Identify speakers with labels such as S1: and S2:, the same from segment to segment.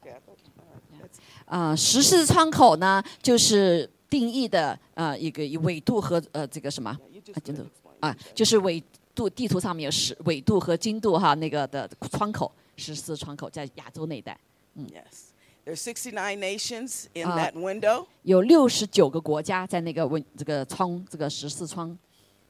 S1: Okay, I thought, all right, that's-
S2: 啊、十字窗口呢，就是定义的呃一个一纬度和呃这个什么
S1: yeah, you just
S2: I don't
S1: did
S2: know.
S1: explain
S2: 啊、就是纬度地图上面有十纬度和经度哈那个的窗口，十四窗口在亚洲那一带
S1: it. Yes. There's 69 nations in
S2: Uh,
S1: that window.
S2: 有六十九个国家在那个文这个窗这个十四窗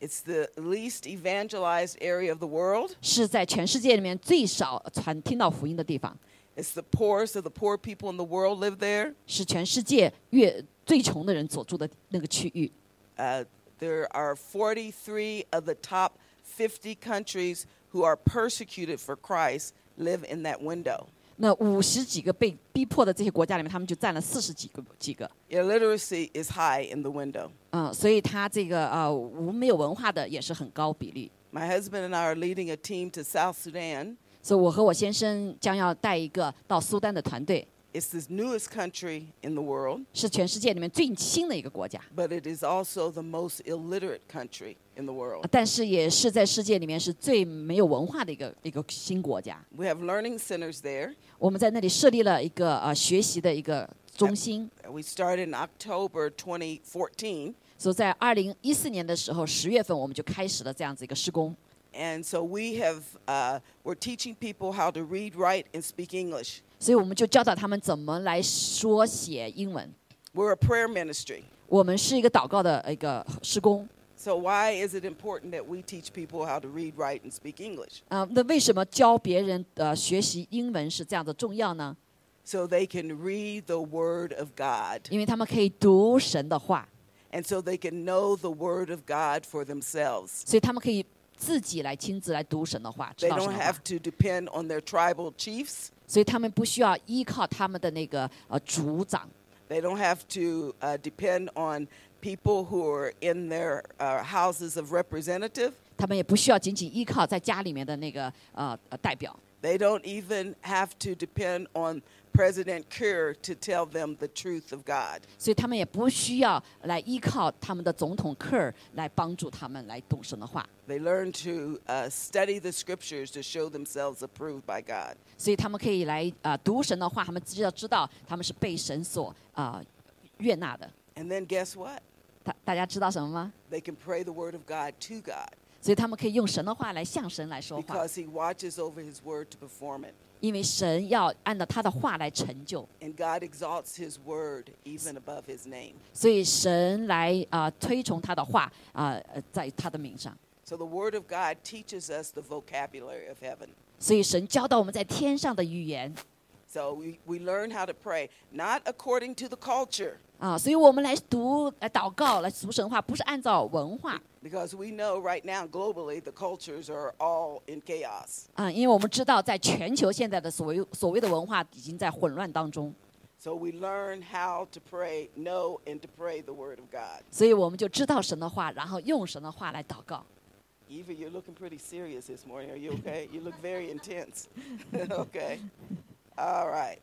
S1: It's the least evangelized area of the world.
S2: 是在全世界里面最少传听到福音的地方，
S1: It's the poorest of the poor people in the world live there.
S2: 是全世界越最穷的人所住的那个区域。
S1: Uh, there are 43 of the top 50 countries who are persecuted for Christ live in that window.
S2: 那五十几个被逼迫的这些国家里面，他们就占了四十几个几个，
S1: Illiteracy is high in the window.
S2: 嗯，所以他这个呃无没有文化的也是很高比例。
S1: My husband and I are leading a team to South Sudan.
S2: 所以我和我先生将要带一个到苏丹的团队，
S1: It's the newest country in the world,
S2: 是全世界里面最新的一个国家，
S1: but it is also the most illiterate country in the
S2: 呃
S1: world.
S2: 但是也是在世界里面是最没有文化的一个一个新国家。
S1: We have learning centers there.
S2: 我们在那里设立了一个呃学习的一个中心，
S1: We started in October 2014,
S2: 所以在二零一四年的时候，十月份我们就开始了这样子一个施工。
S1: and so we have uh, we're teaching people how to read, write, and speak English.
S2: 所以我们就教导他们怎么来说写英文。
S1: We're a prayer ministry.
S2: 我们是一个祷告的一个施工。
S1: So why is it important that we teach people how to read, write, and speak English
S2: 啊、那为什么教别人呃学习英文是这样的重要呢？
S1: so they can read the Word of God
S2: 因为他们可以读神的话，
S1: and so they can know the Word of God for themselves?
S2: 所以他们可以自己来亲自来读神的话，知
S1: They
S2: 道神
S1: don't
S2: 的话
S1: have。to depend on their tribal chiefs.
S2: 所以他们不需要依靠他们的那个呃族长，
S1: They don't have to uh, depend on people who are in their uh, houses of representative.
S2: 他们也不需要仅仅依靠在家里面的那个呃呃代表，
S1: They don't even have to depend on President Kerr to tell them the truth of God.
S2: 所以他们也不需要来依靠他们的总统科尔来帮助他们来懂神的话。
S1: They learn to uh, study the scriptures to show themselves approved by God.
S2: 所以他们可以来啊、呃读神的话，他们知道知道他们是被神所啊、呃悦纳的。
S1: And then guess what?
S2: 大大家知道什么吗？
S1: They can pray the word of God to God
S2: 所以他们可以用神的话来向神来说话，
S1: because He watches over His word to perform it.
S2: 因为神要按照他的话来成就，
S1: And God exalts His word even above His name.
S2: 所以神来啊、呃推崇他的话啊、呃在他的名上。
S1: So the word of God teaches us the vocabulary of heaven.
S2: 所以神教导我们在天上的语言
S1: So we, we learn how to pray, not according to the culture,
S2: 啊、所以我们来读来祷告来读神话，不是按照文化
S1: because we know right now globally the cultures are all in chaos.
S2: 啊、因为我们知道在全球现在的所谓所谓的文化已经在混乱当中。
S1: So we learn how to pray, know, and to pray the word of God.
S2: 所以我们就知道神的话，然后用神的话来祷告。
S1: Eva, you're looking pretty serious this morning. Are you okay? You look very intense. okay. All right.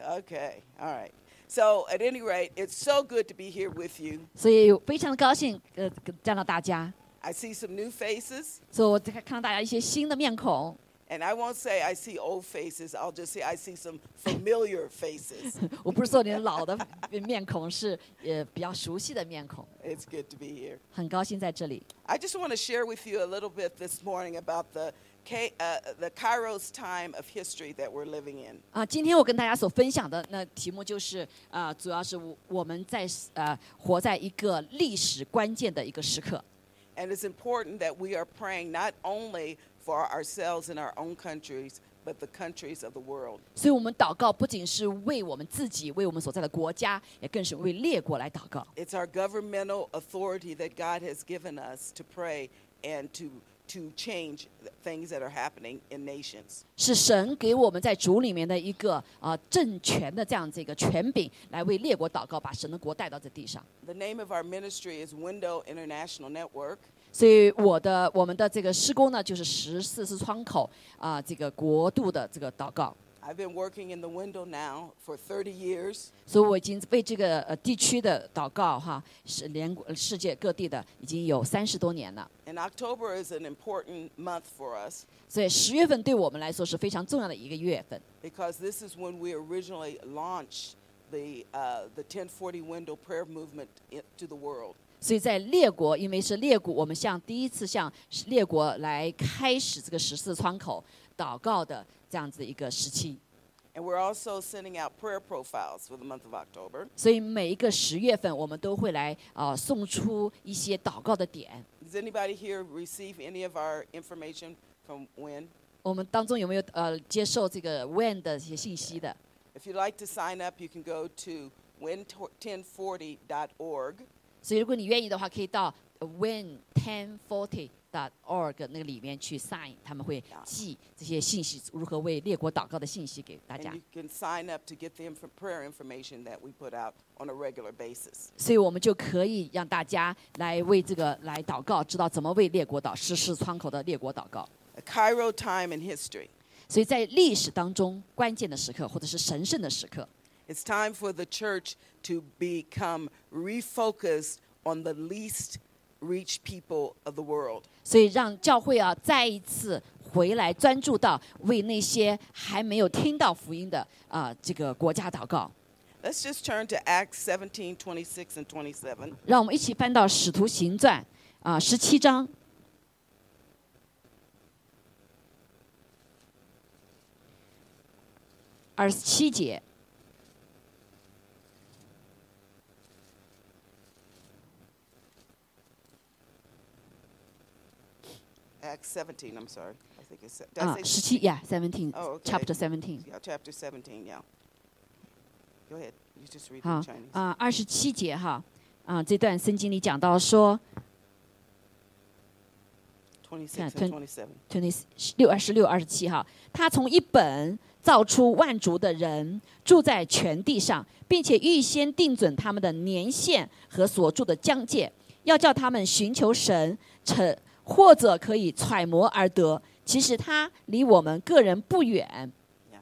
S1: Okay. All right. So, at any rate, it's so good to be here with you.
S2: 所以非常高兴，呃，见到大家。
S1: I see some new faces,
S2: 所以我看看到大家一些新的面孔，
S1: and I won't say I see old faces. I'll just say I see some familiar faces.
S2: 我不是说你的老的面孔，是呃比较熟悉的面孔。
S1: It's good to be here.
S2: 很高兴在这里。
S1: I just want to share with you a little bit this morning about the, K, uh, the Kairos time of history that we're living in.
S2: 啊，今天我跟大家所分享的那题目就是，啊，主要是我我们在呃活在一个历史关键的一个时刻，
S1: And it's important that we are praying not only for ourselves and our own countries, but the countries of the world.
S2: 所以我们祷告不仅是为我们自己，为我们所在的国家，也更是为列国来祷告。
S1: It's our governmental authority that God has given us to pray and to, to change th- things that are happening in nations.
S2: 是神给我们在主里面的一个啊、呃政权的这样子一个权柄，来为列国祷告，把神的国带到这地上。
S1: The name of our ministry is Window International Network.
S2: 所以我的我们的这个施工呢，就是十四次窗口啊、这个国度的这个祷告。
S1: I I've been working in the window now for 30 years.
S2: 所以我已经为这个呃地区的祷告哈，是连呃世界各地的已经有三十多年了。
S1: And October is an important month for us
S2: 所以十月份对我们来说是非常重要的一个月份，
S1: because this is when we originally launched the, uh, the 1040 window prayer movement i- to the world.
S2: 所以在列国，因为是列国，我们向第一次向列国来开始这个十四窗口祷告的这样子一个时期。
S1: And we're also sending out prayer profiles for the month of October.
S2: 所以每一个十月份，我们都会来啊、呃送出一些祷告的点。
S1: Does anybody here receive any of our information from WIN?
S2: 我们当中有没有呃接受这个 when 的一些信息的？
S1: If you'd like to sign up, you can go to win1040.org.
S2: 所以如果你愿意的话，可以到 when ten forty dot org 那个里面去 sign，他们会寄这些信息，如何为列国祷告的信息给大
S1: And
S2: 家
S1: you。can sign up to get the inf- prayer information that we put out on a regular basis.
S2: 所以我们就可以让大家来为这个来祷告，知道怎么为列国祷实施窗口的列国祷告。
S1: A Cairo time in history.
S2: 所以在历史当中关键的时刻，或者是神圣的时刻，
S1: It's time for the church to become refocused on the least reached people of the world.
S2: 所以让教会啊再一次回来专注到为那些还没有听到福音的啊、这个国家祷告。
S1: Let's just turn to Acts 17, 26, and 27.
S2: 让我们一起翻到《使徒行传》啊十七章。二十七节，
S1: Acts 17, I'm sorry. I think it's. Did
S2: 啊
S1: I，
S2: 十
S1: say,
S2: 七，Yeah, seventeen,
S1: Oh, okay.
S2: chapter seventeen。
S1: yeah, chapter 17, yeah. Go ahead. You just read
S2: 好
S1: in Chinese.
S2: 啊，二十七节哈啊，这段圣经里讲到说，
S1: 26
S2: twen-
S1: and 27.
S2: 就那六二十六二十七哈，他从一本造出万族的人，住在全地上，并且预先定准他们的年限和所住的疆界，要叫他们寻求神，成或者可以揣摩而得。其实他离我们个人不远，
S1: Yeah.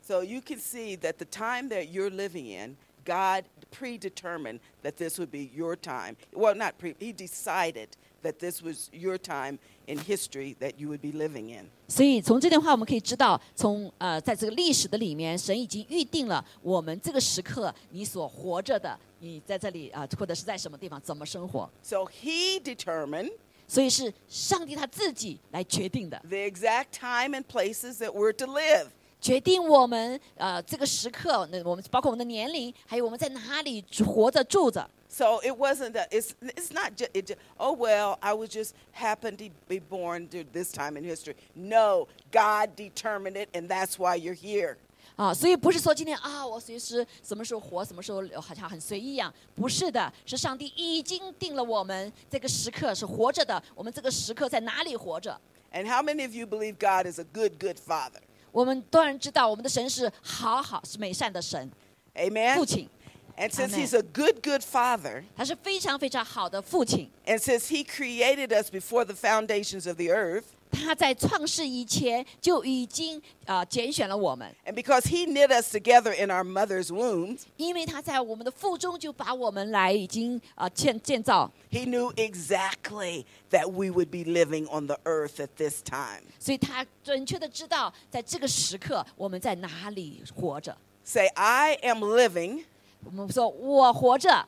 S1: So you can see that the time that you're living in, God predetermined that this would be your time. Well, not pre, He decided that this was your time in history that you would be living in.
S2: 所以从这段话我们可以知道，从呃，在这个历史的里面，神已经预定了我们这个时刻你所活着的，你在这里啊、或者是在什么地方怎么生活，
S1: So He determined
S2: 所以是上帝他自己来决定的，
S1: the exact time and places that we're to live.
S2: 决定我们呃这个时刻，那我们包括我们的年龄，还有我们在哪里活着住着，
S1: So it wasn't that it's it's not just it, ju- oh well I was just happened to be born to this time in history. No, God determined it, and that's why you're here.
S2: 啊，所以不是说今天啊，我随时什么时候活，什么时候呃好像很随意一样，不是的，是上帝已经定了我们这个时刻是活着的，我们这个时刻在哪里活着。
S1: And how many of you believe God is a good, good Father?
S2: 我们当然知道，我们的神是好好是美善的神，
S1: Amen.
S2: 父亲，
S1: And since
S2: Amen.
S1: he's a good, good father,
S2: 他是非常非常好的父亲。
S1: and since he created us before the foundations of the earth,
S2: 他在创世以前就已经啊、呃拣选了我们，
S1: and because he knit us together in our mother's wombs,
S2: 因为他在我们的腹中就把我们来已经啊、呃建建造，
S1: he knew exactly that we would be living on the earth at this time.
S2: 所以他准确的知道在这个时刻我们在哪里活着。
S1: Say, I am living
S2: 我们说，我活着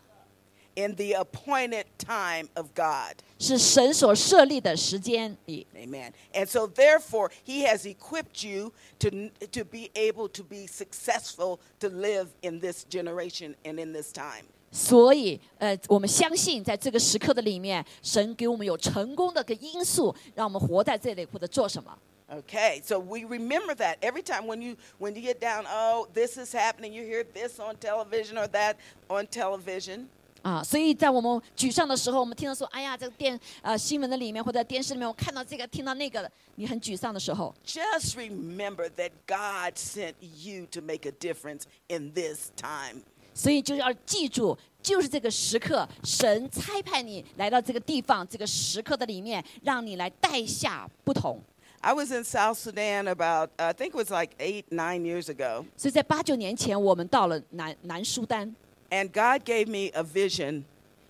S1: in the appointed time of God.
S2: 是神所设立的时间里，
S1: Amen. And so, therefore, he has equipped you to, to be able to be successful to live in this generation and in this time.
S2: 所以，呃，我们相信在这个时刻的里面，神给我们有成功的个因素，让我们活在这里或者做什么。
S1: Okay, so we remember that every time when you when you get down, oh, this is happening, you hear this on television or that on television.
S2: 啊，所以在我们沮丧的时候，我们听到说，哎呀，这个电呃新闻的里面或者电视里面，我看到这个，听到那个的，你很沮丧的时候，
S1: Just remember that God sent you to make a difference in this time.
S2: 所以就要记住，就是这个时刻，神差派你来到这个地方，这个时刻的里面，让你来带下不同。
S1: I was in South Sudan about, I think it was like eight, nine years ago,
S2: 所以在八九年前，我们到了南南苏丹，
S1: and God gave me a vision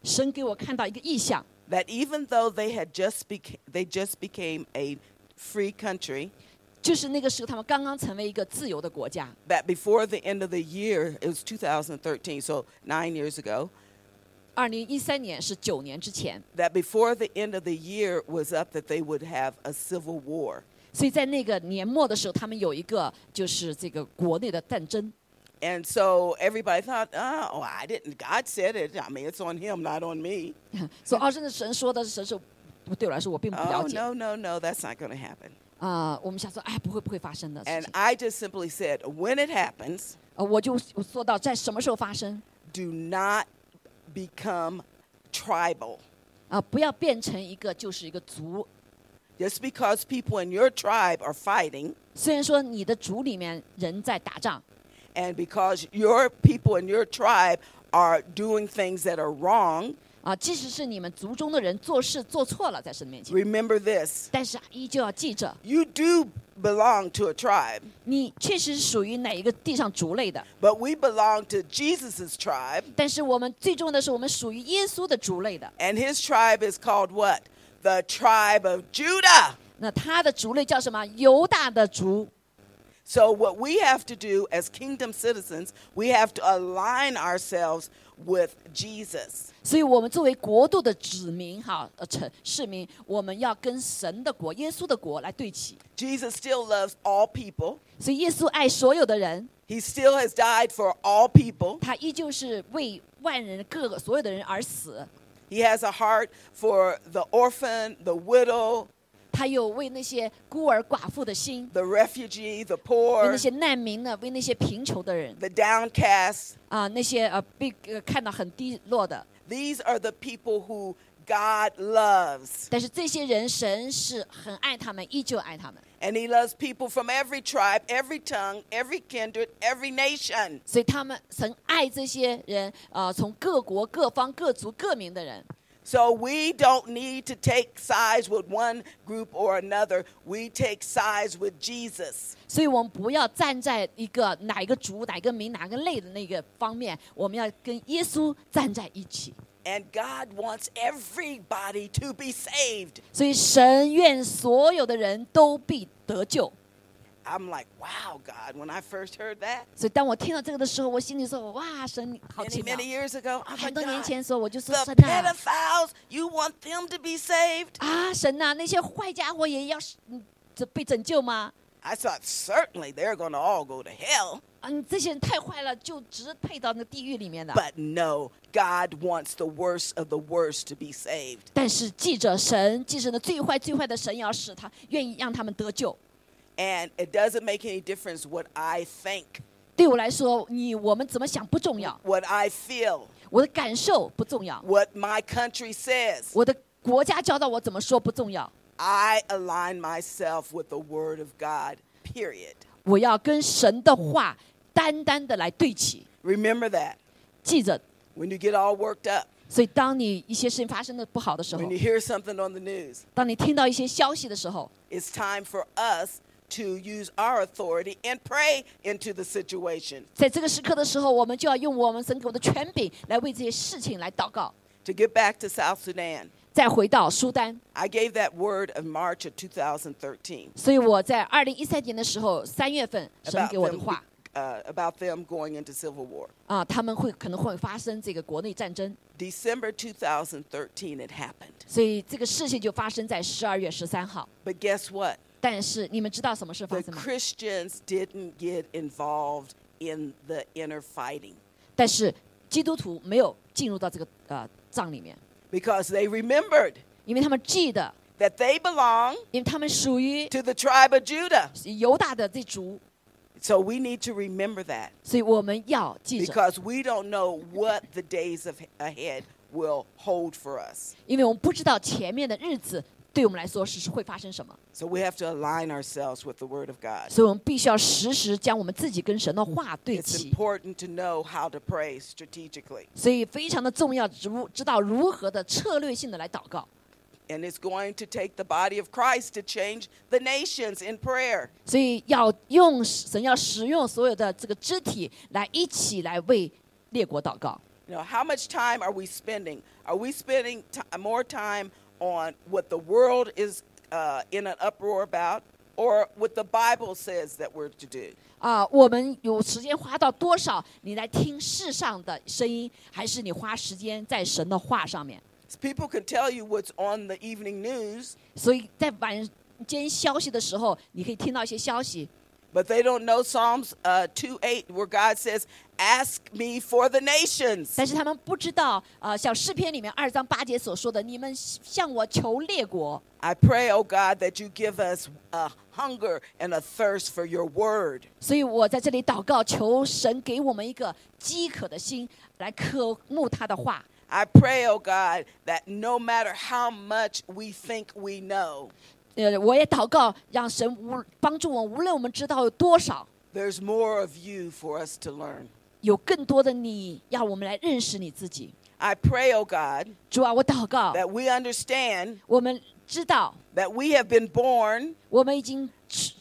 S2: 神给我看到一个意象，
S1: that even though they had just beca- they just became a free country,
S2: 就是那个时候他们刚刚成为一个自由的国家，
S1: that before the end of the year, it was 2013, so nine years ago,
S2: 二零一三年是九年之前，
S1: that before the end of the year was up, that they would have a civil war.
S2: 所以在那个年末的时候，他们有一个就是这个国内的战争，
S1: And so everybody thought, oh, well, I didn't. God said it. I mean, it's on him, not on me.
S2: 所以哦二真的神说的是神说，对我来说我并不了
S1: Oh,
S2: 解啊、
S1: no, no, no, that's not going to happen. 我
S2: 我们想说，哎，不会不会发生的事
S1: And
S2: 情，
S1: I just simply said, when it happens,
S2: 呃，我就我说到在什么时候发生
S1: do not become tribal.
S2: 啊、不要变成一个就是一个族。
S1: Just because people in your tribe are fighting
S2: 虽然说你的族里面人在打仗，
S1: and because your people in your tribe are doing things that are wrong,
S2: 啊，即使是你们族中的人做事做错了在神面前，
S1: remember this
S2: 但是依旧要记着，
S1: you do belong to a tribe,
S2: 你确实属于哪一个地上族类的。
S1: but we belong to Jesus' tribe.
S2: 但是我们最重要的是，我们属于耶稣的族类的。
S1: And his tribe is called what? The tribe of Judah.
S2: 那他的族类叫什么？犹大的族。
S1: So, what we have to do as kingdom citizens, we have to align ourselves with Jesus.
S2: 所以，我们作为国度的子民，哈，呃，城市民，我们要跟神的国、耶稣的国来对齐。
S1: Jesus still loves all people,
S2: 所以，耶稣爱所有的人，
S1: he still has died for all people.
S2: 他依旧是为万人、各个所有的人而死。
S1: He has a heart for the orphan, the widow,
S2: 他有为那些孤儿寡妇的心，
S1: the refugee, the
S2: 为
S1: poor,
S2: 那些难民呢，为那些贫穷的人
S1: the downcast.
S2: 啊，那些呃被呃看到很低落的。
S1: These are the people who God loves.
S2: 但是这些人，神是很爱他们，依旧爱他们。
S1: And He loves people from every tribe, every tongue, every kindred, every nation.
S2: 所以他们神爱这些人，呃，从各国、各方、各族、各民的人。
S1: So we don't need to take sides with one group or another. We take sides with Jesus.
S2: 所以我们不要站在一个哪一个族、哪一个民、哪个类的那个方面，我们要跟耶稣站在一起。
S1: And God wants everybody to be saved.
S2: 所以神愿所有的人都必得救。
S1: I'm like, wow, God, when I first heard that
S2: 所以当我听到这个的时候，我心里说：哇，神好
S1: many,
S2: 奇妙
S1: many！years ago, I was
S2: 很
S1: like,
S2: 多年
S1: God,
S2: 前的时候，我就说：
S1: the
S2: 神啊，
S1: pedophiles, you want them to be saved?
S2: 啊，神呐、那些坏家伙也要是嗯这被拯救吗？
S1: I thought, certainly they're going to all go to hell.
S2: 啊，你这些人太坏了，就只配到那地狱里面的。
S1: But no, God wants the worst of the worst to be saved.
S2: 但是记着神，记着那最坏最坏的神要使他愿意让他们得救。
S1: And it doesn't make any difference what I think,
S2: 对我来说，你我们怎么想不重要，
S1: what I feel.
S2: 我的感受不重要，
S1: what my country says.
S2: 我的国家教导我怎么说不重要，
S1: I align myself with the Word of God, period.
S2: 我要跟神的话单单的来对齐。
S1: Remember that.
S2: 记着，
S1: When you get all worked up,
S2: 所以当你一些事情发生的不好的时候
S1: when，you hear something on the news,
S2: 当你听到一些消息的时候，
S1: it's time for us to use our authority and pray into the situation
S2: 在这个时刻的时候，我们就要用我们神给我们的权柄来为这些事情来祷告。
S1: to get back to South Sudan.
S2: 再回到苏丹，
S1: I gave that word in March of 2013
S2: 所以我在二零一三年的时候，三月份神
S1: about
S2: 给我的
S1: them,
S2: 话
S1: uh, about them going into civil war.
S2: 啊，他们会可能会发生这个国内战争，
S1: December 2013, it happened.
S2: 所以这个事情就发生在十二月十三号。
S1: But guess what?
S2: 但是你们知道什么事发
S1: The
S2: 生吗？
S1: Christians didn't get involved in the inner fighting
S2: 但是基督徒没有进入到这个呃仗里面，
S1: because they remembered
S2: 因为他们记得，
S1: that they belong
S2: 因为他们属于
S1: to the tribe of Judah.
S2: 犹大的这族，
S1: So we need to remember that
S2: 所以我们要记着，
S1: because we don't know what the days of ahead will hold for us.
S2: 因为我们不知道前面的日子对我们来说是是会发生什么，
S1: So we have to align ourselves with the Word of God.
S2: 所以我们必须要时时将我们自己跟神的话对
S1: It's
S2: 齐。
S1: important to know how to pray strategically.
S2: 所以非常的重要，知知道如何的策略性的来祷告。
S1: And it's going to take the body of Christ to change the nations in prayer.
S2: 所以要用神要使用所有的这个肢体来一起来为列国祷告。
S1: You know, how much time are we spending? Are we spending t- more time on what the world is uh, in an uproar about or what the Bible says that we're to do?
S2: 啊，我们有时间花到多少？你来听世上的声音，还是你花时间在神的话上面？
S1: People can tell you what's on the evening news,
S2: 所以在晚间消息的时候，你可以听到一些消息，
S1: but they don't know Psalms uh, 2 8, where God says, Ask me for the nations.
S2: 但是他们不知道，啊，像诗篇里面二章八节所说的，你们向我求列国。
S1: I pray, oh God, that you give us a hunger and a thirst for your word.
S2: 所以我在这里祷告，求神给我们一个饥渴的心，来渴慕他的话。
S1: I pray, oh God, that no matter how much we think we know,
S2: 呃，我也祷告，让神无帮助我，无论我们知道有多少，
S1: there's more of you for us to learn.
S2: 有更多的你，要我们来认识你自己。
S1: I pray, oh God,
S2: 主啊，我祷告，
S1: that we understand
S2: 我们知道，
S1: that we have been born
S2: 我们已经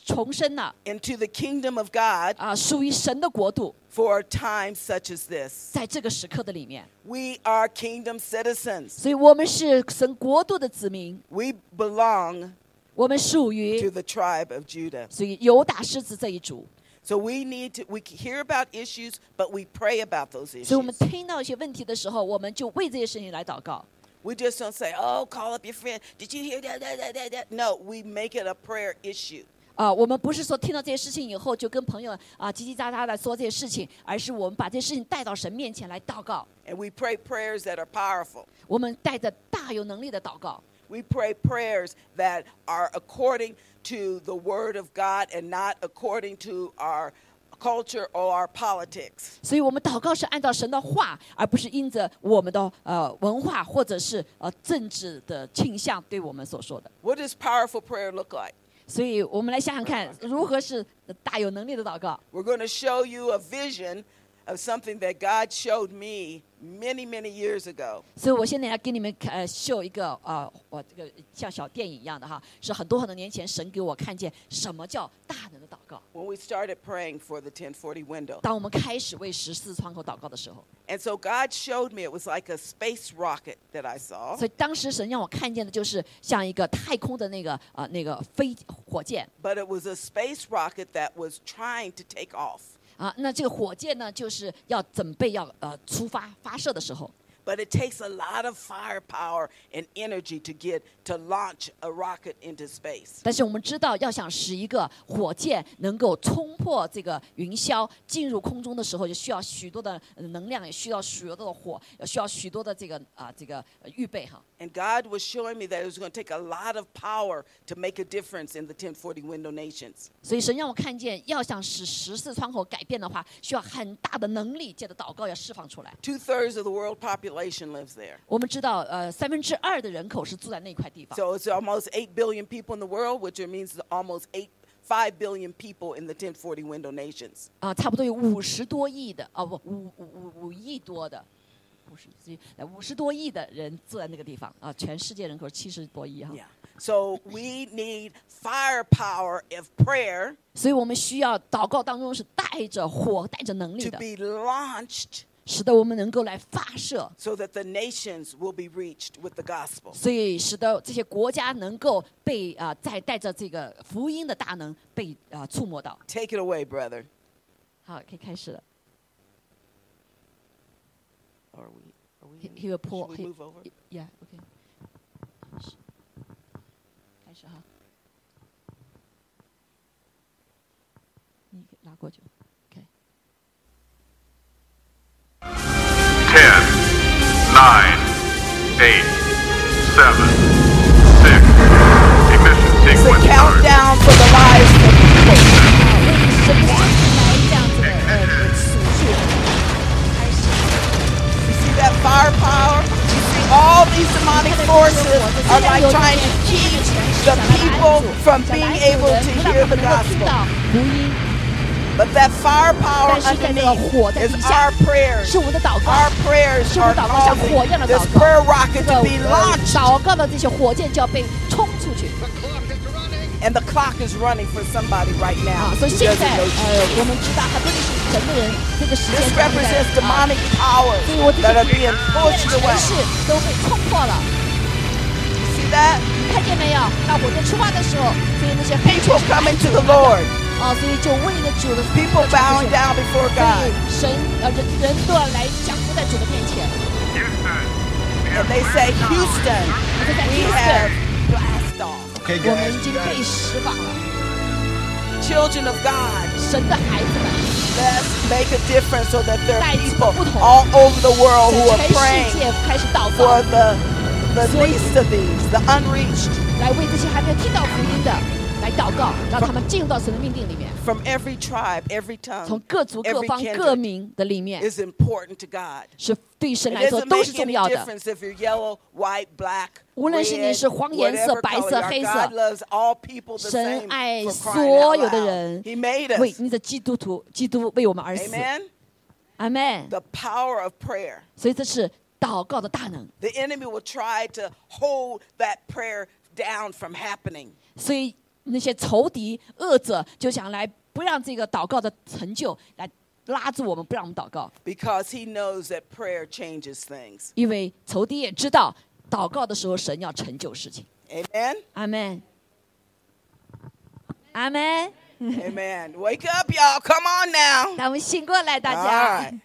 S2: 重生了
S1: into the kingdom of God
S2: 啊，属于神的国度，
S1: for a time such as this.
S2: 在这个时刻的里面，
S1: We are kingdom citizens.
S2: 所以我们是神国度的子民，
S1: We belong
S2: 我们属
S1: to
S2: 于
S1: the tribe of Judah.
S2: 所以犹大狮子这一族，
S1: So we need to, we hear about issues, but we pray about those
S2: 所以我们
S1: issues.
S2: 听到一些问题的时候，我们就为这些事情来祷告。
S1: We just don't say, oh, call up your friend. Did you hear that, that, that, that, that? No, we make it a prayer issue.
S2: 啊，我们不是说听到这些事情以后就跟朋友啊叽叽喳喳的说这些事情，而是我们把这些事情带到神面前来祷告，
S1: And we pray prayers that are powerful.
S2: 我们带着大有能力的祷告，
S1: We pray prayers that are according to the Word of God and not according to our culture or our politics.
S2: 所以我们祷告是按照神的话，而不是因着我们的呃文化或者是呃政治的倾向对我们所说的。
S1: What does powerful prayer look like?
S2: 所以我们来想想看，如何是呃大有能力的祷告。
S1: We're going to show you a vision of something that God showed me many, many years ago.
S2: 所以我现在来给你们看呃秀一个呃，我这个像小电影一样的哈，是很多很多年前神给我看见什么叫大能的祷告。
S1: when we started praying for the 1040 window.
S2: 当我们开始为十四窗口祷告的时候，
S1: And so God showed me it was like a space rocket that I saw.
S2: 所以当时神让我看见的就是像一个太空的那个呃那个飞火箭
S1: But it was a space rocket that was trying to take off.
S2: 啊，那这个火箭呢就是要准备要呃出发发射的时候，
S1: But it takes a lot of firepower and energy to get to launch a rocket into space.
S2: 但是我们知道要想使一个火箭能够冲破这个云霄进入空中的时候，就需要许多的呃能量，也需要许多的火，也需要许多的这个啊、这个呃预备哈。
S1: And God was showing me that it was going to take a lot of power to make a difference in the 1040 window nations.
S2: 所以神让我看见，要想使十四窗口改变的话，需要很大的能力，借着祷告要释放出来。
S1: Two thirds of the world population lives there.
S2: 我们知道，呃，三分之二的人口是住在那块地方，
S1: So it's almost 8 billion people in the world, which means almost 8, 5 billion people in the 1040 window nations.
S2: 啊、差不多有五十多亿的，啊不，五五五五亿多的，五十五十多亿的人住在那个地方啊、全世界人口七十多亿哈。
S1: Yeah. So we need firepower of prayer
S2: 所以我们需要祷告当中是带着火、带着能力
S1: to
S2: 的，
S1: be launched
S2: 使得我们能够来发射，
S1: so that the nations will be reached with the gospel.
S2: 所以使得这些国家能够被啊、在带着这个福音的大能被啊、触摸到。
S1: Take it away, brother.
S2: 好，可以开始了。
S1: Are we? Are we
S2: He-
S1: in-
S2: he will pull-
S1: Should we
S2: he-
S1: move over?
S2: Yeah, OK。是开始哈。你拉过去，OK。
S3: 10, 9, 8, 7, 6. Ignition
S1: It's
S3: sequence
S1: a
S3: start.
S1: countdown for the lives.
S2: 好，为什么来这样子的呃数数？开始，开
S1: Of, you see that firepower? You see all these demonic
S2: 始
S1: forces
S2: 我们
S1: are
S2: 虽然
S1: like
S2: 有
S1: trying to
S2: 这
S1: the
S2: 样的权势想来拦
S1: people
S2: 阻
S1: from
S2: 想
S1: being
S2: 拦阻
S1: able
S2: 人
S1: to
S2: 不让
S1: hear
S2: 他们
S1: the
S2: 能够听
S1: gospel.
S2: 到福音。
S1: But that firepower
S2: 但是在那个
S1: underneath
S2: 火在
S1: is
S2: 底下，
S1: our prayers.
S2: 是我们的祷告
S1: Our，prayers
S2: 是我
S1: are
S2: 们祷告像
S1: causing
S2: 火一样的
S1: this
S2: 祷告。
S1: prayer rocket
S2: 这个
S1: to be
S2: 呃
S1: launched,
S2: 祷告的这些火箭就要被冲出去
S1: and the clock is running for somebody right now.
S2: 啊！
S1: who
S2: 所以现
S1: doesn't
S2: 在
S1: know
S2: 呃
S1: Jesus.，
S2: 我们知道很多就是神的人，这个时间
S1: This
S2: 段在
S1: represents
S2: 啊，
S1: demonic powers
S2: Sí, what did
S1: that
S2: you
S1: are
S2: do?
S1: being
S2: 现
S1: pushed
S2: 在城
S1: away.
S2: 市呃都被冲破了，
S1: You see that?
S2: 你看见没有？那火箭出发的时候，所以那些黑
S1: People
S2: 手
S1: coming to the Lord.
S2: 啊，所以就为了主的
S1: People
S2: 所
S1: bowing
S2: 以
S1: down before God.
S2: 神呃人人都要来降服在主的面前。
S1: And they say, Houston,
S2: 我们在
S1: we
S2: 第
S1: have
S2: 四，
S1: blast off.
S4: Okay,
S2: 我们已
S4: guys, you
S2: 经
S4: got
S2: 被
S4: it.
S2: 释放了，
S1: Children of God,
S2: 神的孩子们。
S1: let's make a difference so that there are
S2: 带起
S1: people
S2: 不同。
S1: all over the world
S2: 在
S1: Oh, who
S2: 全
S1: are praying
S2: 世界开始祷
S1: for
S2: 告，
S1: the, the least of these, the unreached,
S2: 来为这些还没有听到福音的来祷告，让他们进入到神的命定里面，
S1: from every tribe, every
S2: 从
S1: tongue,
S2: 各族各
S1: every
S2: 方各
S1: kindred
S2: 民的里面，
S1: is important to God.
S2: 是对神
S1: It
S2: 来说
S1: doesn't
S2: 都是
S1: make
S2: 重
S1: any
S2: 要的。
S1: difference if you're yellow, white, black,
S2: 无论是
S1: red,
S2: 你是黄颜色
S1: whatever
S2: 白
S1: color
S2: 色
S1: you are,
S2: 黑色
S1: God loves all people the
S2: 神
S1: same
S2: 爱
S1: for
S2: 所
S1: crying
S2: 有
S1: out
S2: 的人
S1: loud. He made，
S2: 为
S1: us.
S2: 你的基督徒，基督为我们而死。
S1: Amen.
S2: 阿门。
S1: The power of prayer.
S2: 所以这是祷告的大能。
S1: The enemy will try to hold that prayer down from happening.
S2: 所以那些仇敌、恶者就想来不让这个祷告的成就，来拉住我们，不让我们祷告。
S1: Because he knows that prayer changes things.
S2: 因为仇敌也知道，祷告的时候神要成就事情。
S1: Amen?
S2: 阿门，阿门。
S1: Amen. Wake up, y'all. Come on now.
S2: 那我们醒过来，大
S1: All
S2: 家
S1: right.。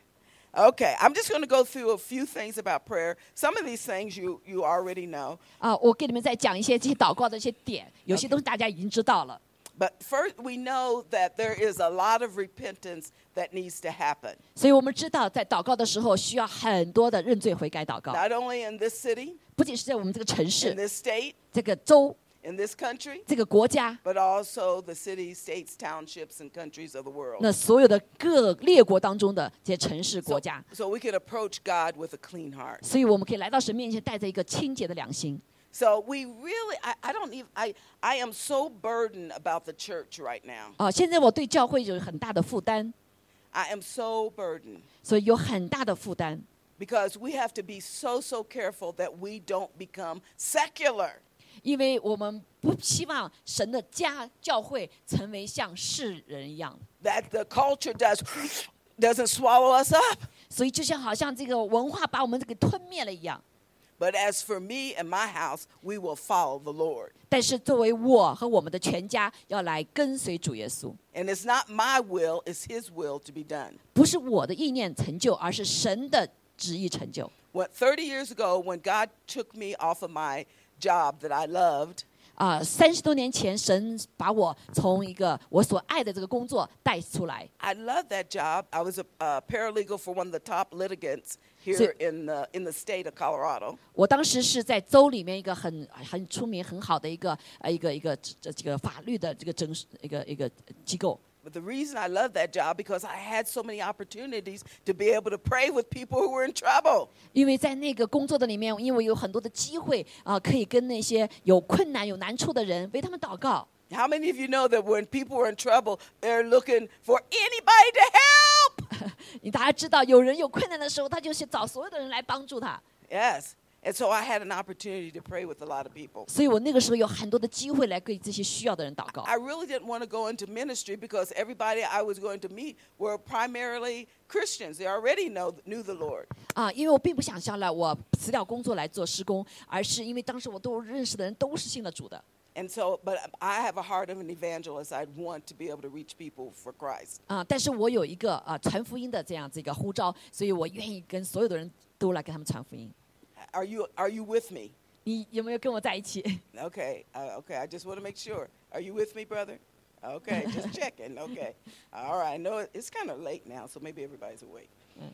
S1: Okay, I'm just going to go through a few things about prayer. Some of these things you, you already know.
S2: 啊，我给你们再讲一些这些祷告的一些点，有些东西大家已经知道了。
S1: But first, we know that there is a lot of repentance that needs to happen,
S2: 所以我们知道，在祷告的时候需要很多的认罪悔改祷告，
S1: not only in this city,
S2: 不仅是在我们这个城
S1: in
S2: 市、
S1: this state,
S2: 这个州、
S1: in this country,
S2: 这个国家，
S1: but also the cities, states, townships, and countries of the world.
S2: 那所有的各列国当中的这些城市、国
S1: So,
S2: 家。
S1: so we can approach God with a clean heart.
S2: 所以我们可以来到神面前，带着一个清洁的良心。
S1: So we really, I, I don't even, I, I am so burdened about the church right now.
S2: 啊，现在我对教会有很大的负担，
S1: I am so burdened
S2: 所以有很大的负担。
S1: because we have to be so, so careful that we don't become secular.
S2: 因为我们不希望神的家教会成为像世人一样，
S1: That the culture does, doesn't swallow us up.
S2: 所以就像好像这个文化把我们给吞灭了一样。
S1: But as for me and my house, we will follow the Lord.
S2: 但是作为我和我们的全家要来跟随主耶稣，
S1: And it's not my will, it's His will to be done.
S2: 不是我的意念成就，而是神的旨意成就。
S1: What, 30 years ago, when God took me off of my job that I loved,
S2: 啊，三十多年前，神把我从一个我所爱的这个工作带出来，
S1: I loved that job. I was a, a paralegal for one of the top litigants here
S2: So-
S1: in the in the state of Colorado.
S2: 我当时是在州里面一个很很出名、很好的一个呃一个一个这这个法律的这个征一个一个机构。
S1: But the reason I loved that job because I had so many opportunities to be able to pray with people who were in trouble.
S2: 因为在那个工作的里面，因为有很多的机会啊、可以跟那些有困难、有难处的人为他们祷告。
S1: How many of you know that when people are in trouble, they're looking for anybody to help?
S2: 你大家知道，有人有困难的时候，他就去找所有的人来帮助他。
S1: Yes. And so I had an opportunity to pray with a lot of people.
S2: 所以我那个时候有很多的机会来给这些需要的人祷告
S1: I。really didn't want to go into ministry because everybody I was going to meet were primarily Christians. They already know knew the Lord.
S2: 啊，因为我并不想象了我辞掉工作来做施工，而是因为当时我都认识的人都是信了主的。
S1: And so, but I have a heart of an evangelist. I want to be able to reach people for Christ.
S2: 啊，但是我有一个啊传福音的这样子一个呼召，所以我愿意跟所有的人都来给他们传福音。
S1: Are you are you with me?
S2: 你有没有跟我在一起？
S1: Okay, uh, okay. I just want to make sure. Are you with me, brother? Okay, just checking. Okay, all right. No, it- it's kind of late now, so maybe everybody's awake.
S2: Mm.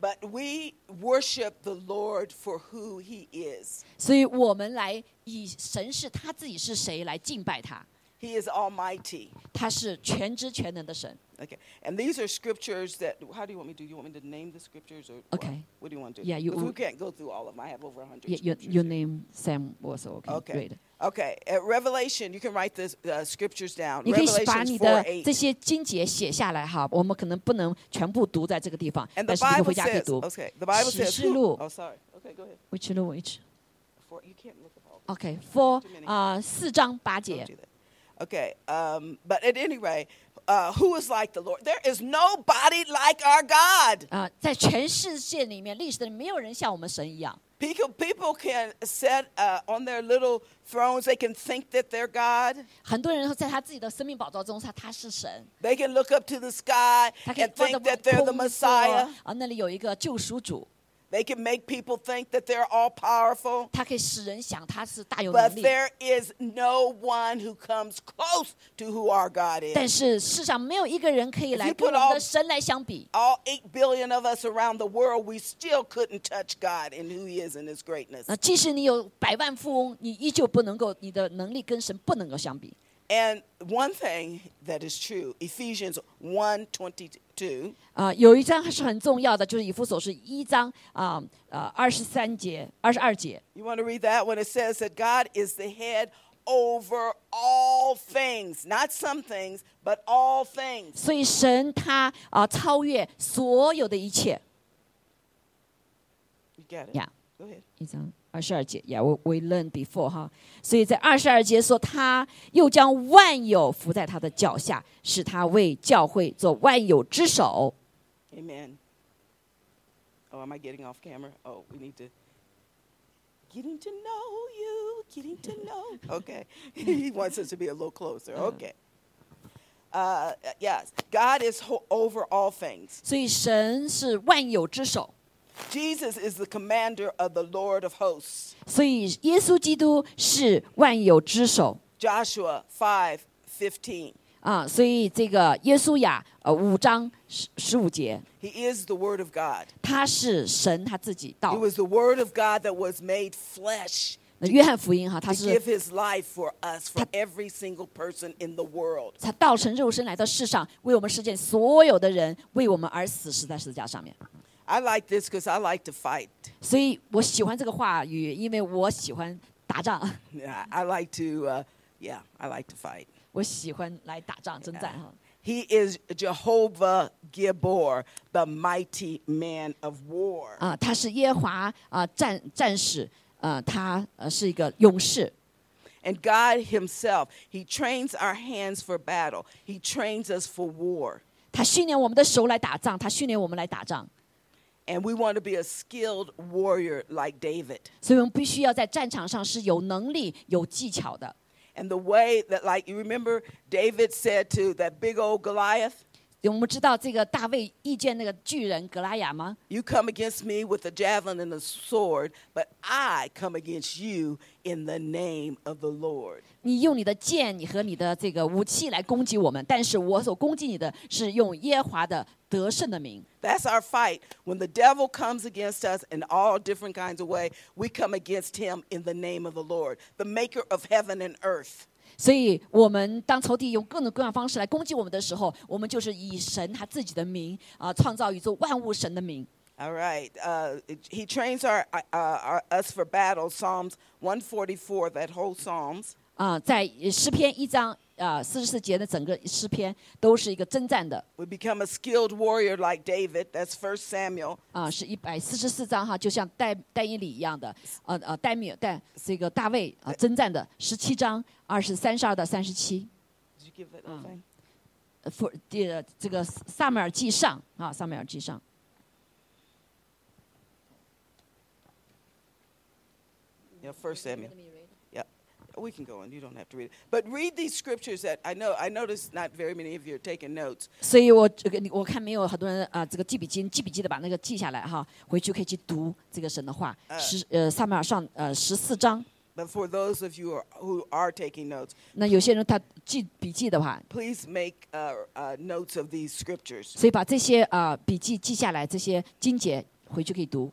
S1: But we worship the Lord for who He is.
S2: 所以我们来以神是他自己是谁来敬拜他。
S1: He is almighty.
S2: 他是全知全能的神。
S1: Okay. And these are scriptures that, how do you want me to do? You want me to name the scriptures or what?
S2: Okay.
S1: What do you want to do?
S2: Yeah, you-
S1: Because we can't go through all of them. I have over 100
S2: Yeah, your,
S1: scriptures
S2: your
S1: here.
S2: name Sam also okay.
S1: Okay.
S2: Great.
S1: Okay. At Revelation, you can write the uh, scriptures down.
S2: 你可以把你
S1: Revelation
S2: 的
S1: 4
S2: 这
S1: 8.
S2: 些经节写下来哈，我们可能不能全部读在这个地方，
S1: And
S2: 但
S1: the
S2: 是你可以
S1: Bible
S2: 回家可以
S1: says,
S2: 读。
S1: okay, the Bible says,
S2: 启示录
S1: oh, sorry. Okay, go ahead.
S2: Which to which?
S1: Four, you can't look at all.
S2: OK, for
S1: Too many.
S2: 啊、四章八
S1: Don't
S2: 节
S1: do that. Okay, um, but at any rate, uh, who is like the Lord? There is nobody like our God.
S2: 啊、在全世界里面，历史里没有人像我们神一样。
S1: People, people can sit uh, on their little thrones. They can think that they're God.
S2: 很多人在他自己的生命宝座中，他他是神，
S1: They can look up to the sky
S2: 他可以
S1: and
S2: 放在
S1: think that they're
S2: 空
S1: the
S2: 中
S1: Messiah.
S2: 啊，那里有一个救赎主，
S1: They can make people think that they're all powerful.
S2: 他可以使人想他是大有能
S1: But
S2: 力。
S1: there is no one who comes close to who our God
S2: 但
S1: is.
S2: 是世上没有一个人可以
S1: If
S2: 来
S1: you
S2: 跟
S1: put
S2: 我们
S1: all-
S2: 的神来相比。
S1: All 8 billion of us around the world, we still couldn't touch God and who He is and His greatness.
S2: 那即使你有百万富翁，你依旧不能够，你的能力跟神不能够相比。
S1: And one thing that is true, Ephesians 1:22,
S2: 啊、有一章还是很重要的，就是以弗所是一章啊呃二十三节、二十二节。
S1: you want to read that when it says that God is the head over all things, not some things, but all things.
S2: 所以神他啊、超越所有的一切。
S1: You got it.
S2: Yeah.
S1: Go ahead.
S2: 一章二十二节，Yeah, we we learned before 哈。所以在二十二节说，他又将万有伏在他的脚下，使他为教会做万有之首。
S1: Amen. Oh, am I getting off camera? Oh, we need to getting to know you, getting to know. Okay, he wants us to be a little closer. Okay. Uh, yes, God is ho- over all things.
S2: 所以神是万有之首，
S1: Jesus is the commander of the Lord of hosts.
S2: 所以耶稣基督是万有之首
S1: Joshua five fifteen.
S2: 啊。所以这个耶稣呀，呃，五章十十五节，
S1: He is the Word of God.
S2: 他是神他自己道
S1: It。was the Word of God that was made flesh
S2: 那约翰福音哈，他
S1: to
S2: 是
S1: give His life for us, for
S2: Ta-
S1: every single person in the world.
S2: 他道成肉身来到世上，为我们世界所有的人，为我们而死，死在十字架上面。
S1: I like this because I like to fight.
S2: 所以我喜欢这个话语，因为我喜欢打仗，
S1: Yeah, I like to, uh, yeah, I like to fight.
S2: 我喜欢来打仗征战哈。
S1: He is Jehovah Gibor, the mighty man of war.
S2: 啊，他是耶和华啊战战士，啊，他呃是一个勇士。
S1: And God Himself, He trains our hands for battle, He trains us for war.
S2: 他训练我们的手来打仗，他训练我们来打仗，
S1: And we want to be a skilled warrior like David.
S2: 所以我们必须要在战场上是有能力、有技巧的。
S1: And the way that, like, you remember David said to that big old Goliath,
S2: 我们知道这个大卫遇见那个巨人格拉雅吗？
S1: You come against me with a javelin and a sword, but I come against you in the name of the Lord.
S2: 你用你的剑，你和你的这个武器来攻击我们，但是我所攻击你的是用耶和华的得胜的名。
S1: That's our fight. When the devil comes against us in all different kinds of way, we come against him in the name of the Lord, the maker of heaven and earth.
S2: 所以，我们当仇敌用各种各样方式来攻击我们的时候，我们就是以神他自己的名啊，创造宇宙万物神的名。
S1: All right. Uh, he trains our, uh, our, us for battle. Psalms 144, that whole Psalms.
S2: 啊、在诗篇一章啊四十四节的整个诗篇都是一个征战的
S1: We become a skilled warrior like David. That's 1 Samuel.
S2: 啊、是一百四十四章哈，就像戴戴伊里一样的，呃呃，戴米戴这个大卫啊、征战的十七章二十三十二到三十七，
S1: Did you give that up, Fang?
S2: 呃，for- 呃这个萨米尔记上啊，萨米尔记上
S1: Yeah, 1 Samuel. Yeah. We can go on. You don't have to read it. But read these scriptures that I know. I noticed not very many of you are taking notes.
S2: 所以我这个我看没有很多人啊、这个记笔记，记笔记的把那个记下来哈，回去可以去读这个神的话。十呃，撒母耳上呃十四章。
S1: But for those of you who are, who are taking notes,
S2: 那有些人他记笔记的话，
S1: please make uh, uh, notes of these scriptures.
S2: 所以把这些啊、笔记记下来，这些经节回去可以读。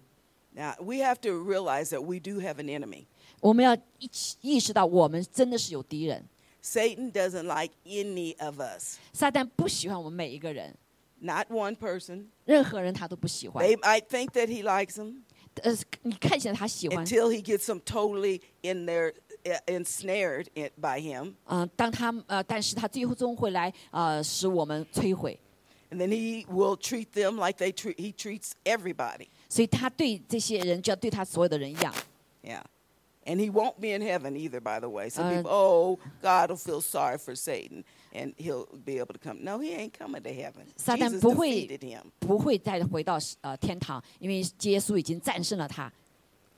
S1: Now, we have to realize that we do have an enemy.
S2: 我们要意意识到，我们真的是有敌人。
S1: Satan doesn't like any of us,
S2: 撒旦不喜欢我们每一个人，
S1: not one person.
S2: 任何人他都不喜欢。
S1: They might think that he likes them
S2: 呃，你看起来 他喜欢，
S1: until he gets them totally in their uh, ensnared in- by him,
S2: 嗯、当他呃，但是他最终会来呃，使我们摧毁。
S1: and then he will treat them like they treat he treats everybody.
S2: 所以他对这些人就要对他所有的人一样。
S1: Yeah. And he won't be in heaven either, by the way. Some
S2: Uh,
S1: people, oh, God will feel sorry for Satan and he'll be able to come. No, he ain't coming to heaven.
S2: 撒旦
S1: Jesus
S2: 不会
S1: defeated him.
S2: 不会再回到呃天堂，因为耶稣已经战胜了他。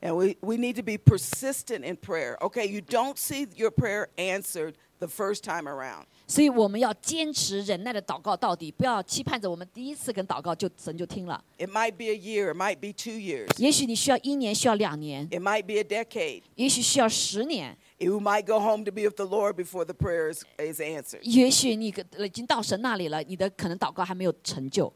S1: And we, we need to be persistent in prayer. Okay, you don't see your prayer answered the first time around.
S2: 所以我们要坚持忍耐的祷告到底，不要期盼着我们第一次跟祷告就神就听了。
S1: It might be a year, it might be two years,
S2: 也许你需要一年，需要两年，
S1: it might be a decade.
S2: 也许需要十年，
S1: You might go home to be with the Lord before the prayer is, is answered.
S2: 也许你可已经到神那里了，你的可能祷告还没有成就，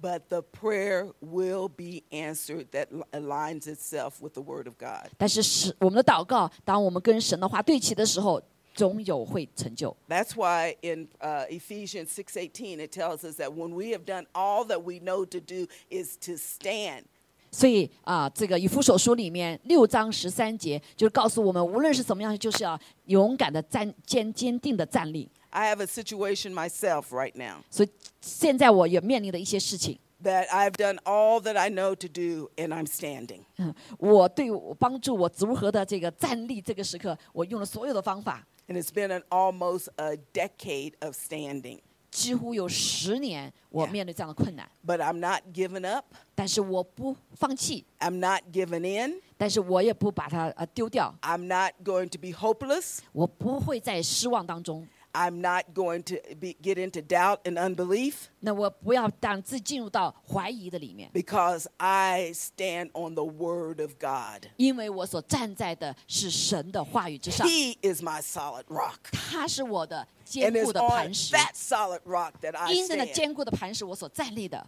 S1: But the prayer will be answered that li- aligns itself with the Word of God.
S2: 但是是我们的祷告，当我们跟神的话对齐的时候，总有会成就。
S1: That's why in uh, Ephesians 6:18 it tells us that when we have done all that we know to do is to stand.
S2: 所以啊，这个以弗所书里面六章十三节就是告诉我们，无论是怎么样，就是要勇敢的站，坚坚定的站立。
S1: I have a situation myself right now
S2: 所以现在我也面临的一些事情，
S1: that I've done all that I know to do and I'm standing.
S2: 嗯，我对我帮助我如何的这个站立这个时刻，我用了所有的方法，
S1: And it's been an almost a decade of standing.
S2: 几乎有十年我
S1: Yeah.
S2: 面对这样的困难，
S1: But I'm not giving up.
S2: 但是我不放弃，
S1: I'm not giving in.
S2: 但是我也不把它呃丢掉，
S1: I'm not going to be hopeless.
S2: 我不会在失望当中。
S1: I'm not going to be, get into doubt and unbelief
S2: 那我不要让自己进入到怀疑的里面，
S1: because I stand on the word of God.
S2: 因为我所站在的是神的话语之上，
S1: He is my solid rock.
S2: 它是我的坚
S1: And
S2: 固
S1: it's
S2: 的
S1: on
S2: 磐石，
S1: that solid rock that I
S2: 因着那
S1: stand.
S2: 坚固的磐石，我所站立的。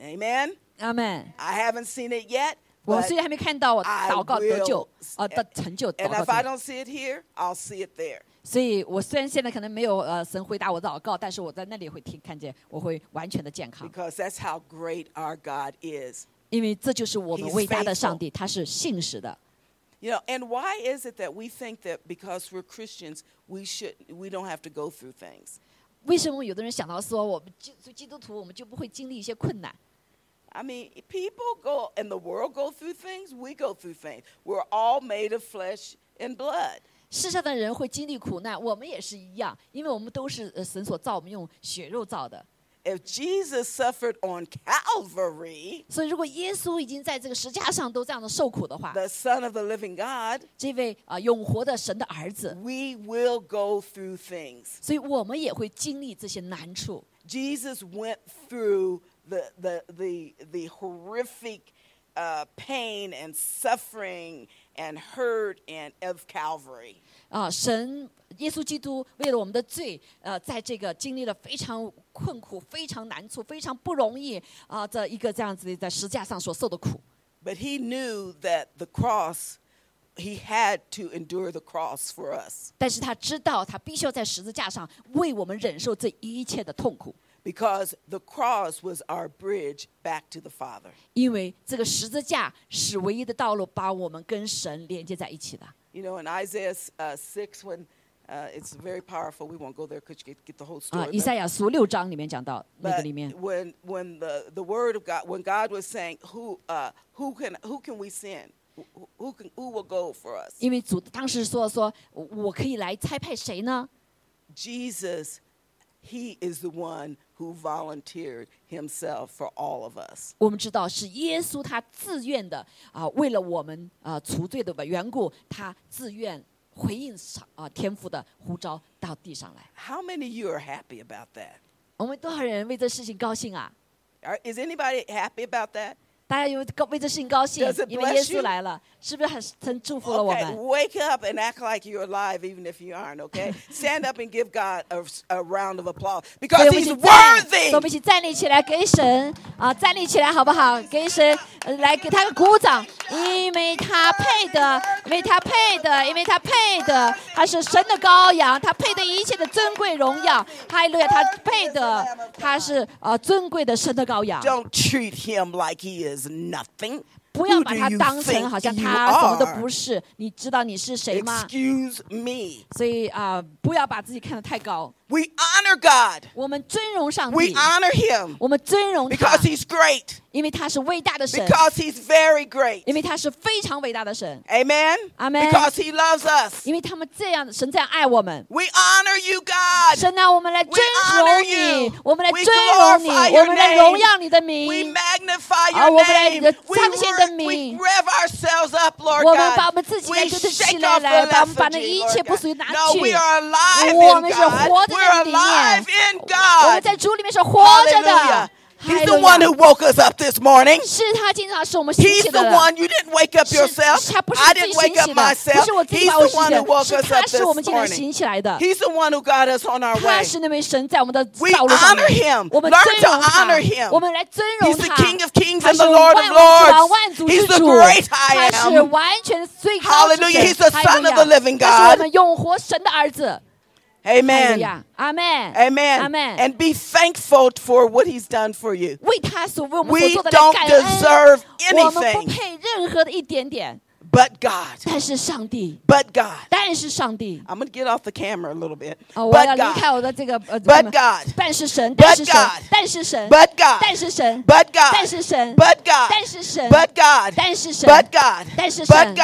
S1: Amen.
S2: 阿门。
S1: I haven't seen it yet.
S2: 我
S1: but
S2: 虽然还没看到我
S1: I
S2: 祷告得救
S1: will-
S2: 啊的成就，
S1: And
S2: 祷
S1: if I
S2: 告成
S1: don't see it here, I'll see it there.
S2: 所以我虽然现在可能没有呃神回答我的祷告，但是我在那里会听看见，我会完全的健康，
S1: Because that's how great our God is.
S2: 因为这就是我们
S1: He's
S2: 伟大的
S1: faithful.
S2: 上帝，他是信实的。
S1: You know, and why is it that we think that because we're Christians, we should we don't have to go through things?
S2: 为什么有的人想到说我们基基督徒我们就不会经历一些困难？
S1: I mean, people go and the world go through things, we go through things. We're all made of flesh and blood.
S2: 世上的人会经历苦难，我们也是一样，因为我们都是呃神所造，我们用血肉造的。
S1: If Jesus suffered on Calvary,
S2: 所以，如果耶稣已经在这个石架上都这样的受苦的话，
S1: the Son of the Living God,
S2: 这位啊、永活的神的儿子，
S1: we will go through things.
S2: 所以我们也会经历这些难处。
S1: Jesus went through the the the, the horrific uh, pain and suffering and hurt and of Calvary.
S2: 啊，神耶稣基督为了我们的罪，呃，在这个经历了非常困苦、非常难处、非常不容易啊的、一个这样子的在石架上所受的苦。
S1: But he knew that the cross, he had to endure the cross for us
S2: 但是他知道，他必须要在十字架上为我们忍受这一切的痛苦，
S1: because the cross was our bridge back to the Father.
S2: 因为这个十字架是唯一的道路，把我们跟神连接在一起的。
S1: You know, in Isaiah uh, 6, when uh, it's very powerful, we won't go there because you get, get the whole
S2: 啊，
S1: story.
S2: 以
S1: but-
S2: 赛亚书六章里面讲到那个里面
S1: But，when when the, the word of God when God was saying who uh, who can who can we send who, who can who will go for us
S2: 因为主当时说说，我我可以来差派谁呢？
S1: Jesus he is the one who volunteered himself for all of us
S2: 我们知道是耶稣他自愿的啊、为了我们啊、除罪的缘故，他自愿回应上啊、天父的呼召到地上来。
S1: how many of you are happy about that
S2: 我们多少人为这事情高兴啊？
S1: Are- is anybody happy about that
S2: 大家有高为这事情高兴
S1: Does it，
S2: 因为耶
S1: bless you？
S2: 稣来了，是不是很很祝福了我
S1: okay
S2: 们？
S1: wake up and act like you're alive even if you aren't okay stand up and give God a, a round of applause
S2: 所
S1: because
S2: 以我们
S1: he's
S2: 一起站，所以
S1: worthy
S2: 我们一起站立起来，给神啊、站立起来好不好？给神呃来给他个鼓掌，因为他配的，因为他配的，因为他配的，他是神的羔羊，他配的一切的尊贵荣耀，哈利路亚，他配的，他是呃尊贵的神的羔羊。
S1: Don't treat him like he is nothing.
S2: 不要
S1: Who
S2: 把
S1: do
S2: 他
S1: you
S2: 当成
S1: think
S2: 好像
S1: you
S2: 他什么都
S1: are?
S2: 不是，你知道你是谁吗？
S1: Excuse me.
S2: 所以啊、不要把自己看得太高，
S1: We honor God.
S2: 我们尊荣上
S1: We
S2: 帝，
S1: honor him
S2: 我们尊荣他
S1: because，he's great.
S2: 因为他是伟大的神，
S1: Because he's very great.
S2: 因为他是非常伟大的神，
S1: Amen.
S2: Amen.
S1: Because he loves us.
S2: 因为他们这样，神这样爱我们。
S1: We honor you, God.
S2: 神啊，我们来
S1: We
S2: 尊荣
S1: honor
S2: 你
S1: you.，
S2: 我们来
S1: We
S2: 尊荣你，
S1: glorify
S2: 我
S1: your
S2: 们来
S1: name.
S2: 荣耀你的
S1: We
S2: 名。
S1: magnify
S2: 啊，
S1: your
S2: 我们来
S1: name. We,
S2: 彰显你的
S1: rev-
S2: 名。
S1: we rev ourselves up, Lord
S2: 我们把
S1: God.
S2: 我们自己来
S1: We
S2: 就是
S1: shake
S2: 起
S1: off the
S2: 来来，把我们把那
S1: lethargy,
S2: 一切
S1: Lord
S2: 不属于拿
S1: God. No,
S2: 去。
S1: we are alive
S2: 我
S1: in
S2: 们是活
S1: God.
S2: 着
S1: We're
S2: 在里
S1: alive
S2: 面
S1: in，
S2: 我们
S1: God.
S2: 在主里面是活着的
S1: Hallelujah.。
S2: 哈
S1: He's
S2: 利
S1: the
S2: 路
S1: one
S2: 亚
S1: who woke us up this morning.
S2: 是他经常使我们兴
S1: He's
S2: 起的
S1: the
S2: 了。
S1: one. You didn't wake up
S2: 是
S1: yourself.
S2: 他不是
S1: I
S2: 自己
S1: didn't wake
S2: 醒起
S1: up
S2: 的，不
S1: myself.
S2: 是我自
S1: He's
S2: 己把我
S1: the
S2: 醒
S1: one
S2: 的
S1: who，woke
S2: 是
S1: us
S2: 他
S1: up
S2: 使我们
S1: this
S2: 竟然醒
S1: morning.
S2: 起来的。
S1: He's the one who got us on our
S2: 他
S1: way.
S2: 是那位神在我们的
S1: We
S2: 道路上
S1: honor
S2: 面
S1: him.
S2: 我们尊
S1: Learn to
S2: 荣
S1: honor him.
S2: 他，我们来尊荣
S1: He's the
S2: 他。
S1: King of kings
S2: 他
S1: and
S2: 是
S1: the Lord
S2: 万王
S1: of
S2: 之王，
S1: lords.
S2: 万主
S1: He's
S2: 之
S1: the
S2: 主，
S1: great I
S2: 他是
S1: am.
S2: 完全最高之
S1: Hallelujah. He's the
S2: 神。
S1: son of the
S2: 哈利路
S1: living
S2: 亚他是我
S1: God.
S2: 们永活神的儿子。哈利路
S1: Amen.
S2: 亚，阿门，
S1: Amen.
S2: 阿门。
S1: And be thankful for what he's done for you.
S2: 为他所为我们
S1: We
S2: 所做的
S1: don't
S2: 来感恩
S1: deserve，
S2: 我们不
S1: anything
S2: 配任何的一点点，
S1: But God.
S2: 但是上帝，
S1: But God.
S2: 但是上帝。
S1: I'm going to get off the camera a little bit.
S2: 啊、我要
S1: But
S2: 离开
S1: God.
S2: 我的这个呃，
S1: But
S2: 我们
S1: God
S2: 但是神，但是神
S1: God，
S2: 但是神
S1: But God.
S2: 但是神
S1: But God.
S2: 但是神
S1: But God.
S2: 但是神
S1: But God.
S2: 但是神
S1: But God.
S2: 但是神
S1: But God.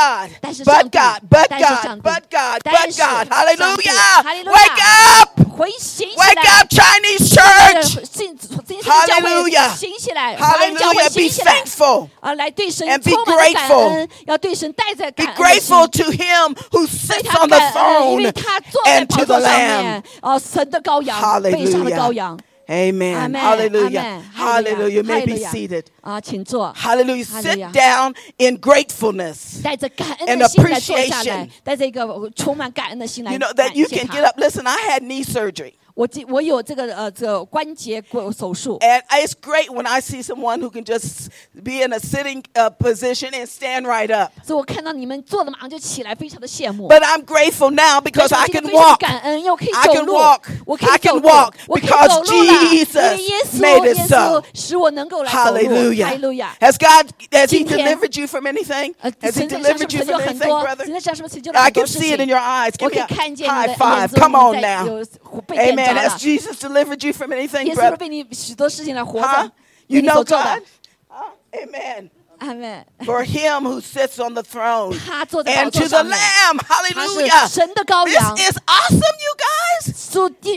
S2: 但是
S1: But
S2: 上帝
S1: God. But
S2: 但是
S1: God.
S2: 上帝
S1: But God.
S2: 但
S1: But
S2: 是
S1: God.
S2: 上帝
S1: Hallelujah.
S2: 哈利路
S1: Wake
S2: 亚
S1: up.
S2: 回醒起
S1: Wake
S2: 来
S1: up, Chinese
S2: 呃
S1: church.
S2: 信信心的教会
S1: Hallelujah.
S2: 醒起来，华人教会
S1: Hallelujah.
S2: 醒
S1: Be
S2: 起来。
S1: thankful.
S2: 啊，来对神
S1: And be
S2: 充满了感
S1: grateful.
S2: 恩，要对神带着
S1: Be
S2: 感恩的心
S1: grateful to him who
S2: 对
S1: sits
S2: 他
S1: on the
S2: 感恩，因为
S1: throne
S2: 他坐在
S1: and
S2: 宝
S1: to
S2: 座
S1: the
S2: 上
S1: Lamb.
S2: 面，哦，神的羔羊，背上的羔羊
S1: Hallelujah.。Amen.
S2: Amen.
S1: Hallelujah.
S2: Amen.
S1: Hallelujah. May be
S2: Hallelujah.
S1: seated.
S2: 啊，请坐。
S1: Hallelujah.
S2: Hallelujah.
S1: Sit down in gratefulness.
S2: 带着感恩
S1: And
S2: 的心来坐下来
S1: appreciation.，
S2: 带着一个充满感恩的心来
S1: You know
S2: 感
S1: that you
S2: 谢
S1: can
S2: 他
S1: get up. Listen, I had knee surgery.
S2: 我记我有这个呃这个关节过手术，
S1: And it's great when I see someone who can just be in a sitting uh, position and stand right up.
S2: 所以我看到你们坐了马上就起来，非常的羡慕。
S1: But I'm grateful now
S2: 但
S1: because
S2: 是我
S1: I
S2: 今
S1: can
S2: 天非常地
S1: walk.
S2: 感恩，因为我可以
S1: I
S2: 走
S1: can
S2: 路
S1: walk.，
S2: 我可以
S1: I can
S2: 走路
S1: walk，
S2: 我可以
S1: because
S2: 走路了。因
S1: Jesus
S2: 为耶稣，
S1: made
S2: 耶
S1: it so.
S2: 稣使我能够来走路。哈利路
S1: Hallelujah.
S2: 亚。
S1: Has God has He
S2: 今天，
S1: delivered you Uh, from anything?
S2: 呃，
S1: Has
S2: 神
S1: He
S2: 在上是
S1: delivered
S2: 不是
S1: you
S2: 成就
S1: from
S2: 很
S1: anything,
S2: 多？
S1: brother?
S2: 神在上是不是成就了
S1: I
S2: 很多
S1: can
S2: 事
S1: see it
S2: 情
S1: in your eyes. Give
S2: 我可
S1: me
S2: 以
S1: a
S2: 看见你的
S1: high
S2: 眼
S1: five.
S2: 中
S1: Come
S2: 你
S1: on
S2: 在
S1: now.
S2: 有被点
S1: Amen.
S2: 着
S1: Has
S2: 了。
S1: Jesus delivered you from anything,
S2: 耶稣是
S1: brother?
S2: 被你许多事情来活
S1: huh?
S2: 着，
S1: You
S2: 为你
S1: know
S2: 所做的
S1: God.。Huh? Amen.
S2: 阿门。
S1: For him who sits on the throne
S2: 他坐在宝
S1: and
S2: 座
S1: to the
S2: 上面。
S1: Lamb.
S2: 他
S1: Hallelujah.
S2: 是神的羔羊
S1: This，is awesome, you guys.
S2: 属地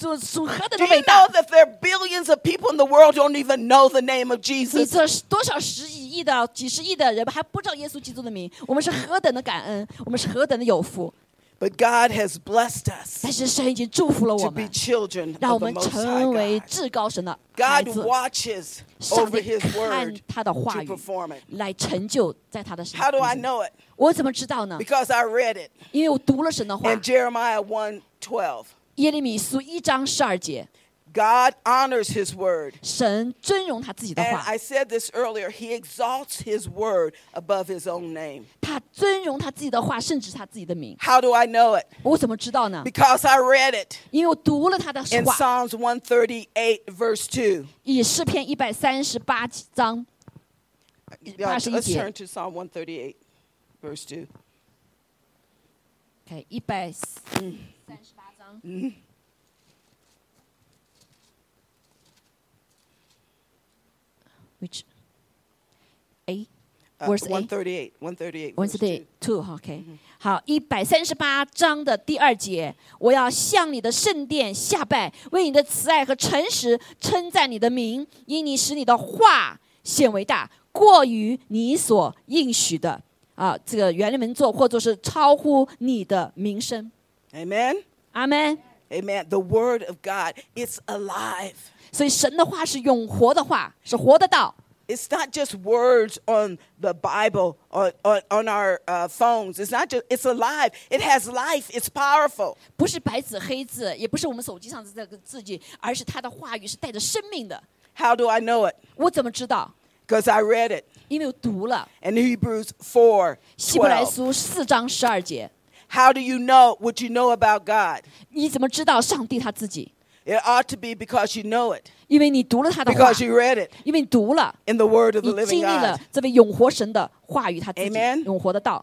S2: 属属何等
S1: Do
S2: 的
S1: you
S2: 伟
S1: know
S2: 大！
S1: that there are billions of people in the world don't even know the name of
S2: 你
S1: Jesus?
S2: 这多少十几亿的、几十亿的人还不知道耶稣基督的名，我们是何等的感恩，我们是何等的有福！
S1: But God has blessed us
S2: 但是神已经祝福了我
S1: to be
S2: 们，
S1: children
S2: 让
S1: of
S2: 我
S1: the
S2: 们
S1: Most
S2: 成为
S1: High
S2: 至高神的
S1: God.
S2: 孩
S1: God
S2: 子。
S1: watches
S2: 上
S1: over
S2: 帝
S1: His
S2: 看
S1: word
S2: 他的话
S1: to
S2: 语
S1: perform it.
S2: 来成就在他的身
S1: How
S2: 上
S1: do。I know it?
S2: 我怎么知道呢？
S1: Because I read it
S2: 因为我读了神的话，
S1: in Jeremiah 1 12.
S2: 耶利米书一章十二节，
S1: God honors His word.
S2: 神尊荣他自己的
S1: And
S2: 话
S1: I，said this earlier, he exalts his word above his own name.
S2: 他尊荣他自己的话，甚至他自己的名。
S1: How do I know it?
S2: 我怎么知道呢？
S1: Because I read it
S2: 因为我读了他的
S1: in
S2: 话，
S1: Psalms 138, verse 2.
S2: 以诗篇一百三十八章
S1: Yeah, Let's
S2: 81节。
S1: turn to Psalm 138, verse 2.
S2: ，OK，一百三十八章。Which A
S1: Uh,
S2: verse A
S1: One thirty-eight, one thirty-eight.
S2: Wednesday
S1: verse two.
S2: two OK，好，一百三十八章的第二节，我要向你的圣殿下拜，为你的慈爱和诚实称赞你的名，因你使你的话显为大，过于你所应许的。啊，这个原文作或者是超乎你的名声。
S1: Amen.
S2: 阿门。
S1: Amen. The word of God, it's alive.
S2: 所以神的话是永活的话，是活的道。
S1: It's not just words on the Bible on, on, on our uh, phones. It's not just, it's alive. It has life. It's powerful.
S2: 不是白纸黑字，也不是我们手机上的这个字句，而是他的话语是带着生命的。
S1: How do I know it?
S2: 我怎么知道？
S1: Because I read it.
S2: 因为我读了
S1: and Hebrews 4
S2: 希伯来
S1: 12.
S2: 书四章十二节，
S1: How do you know what you know about God?
S2: 你怎么知道上帝他自己？
S1: It ought to be because you know it,
S2: 因为你读了他的话，
S1: because you read it
S2: 因为你读了，
S1: in the Word of
S2: 你
S1: the Living
S2: 经历了
S1: God.
S2: 这位永活神的话语，他自己
S1: Amen
S2: 永活的道。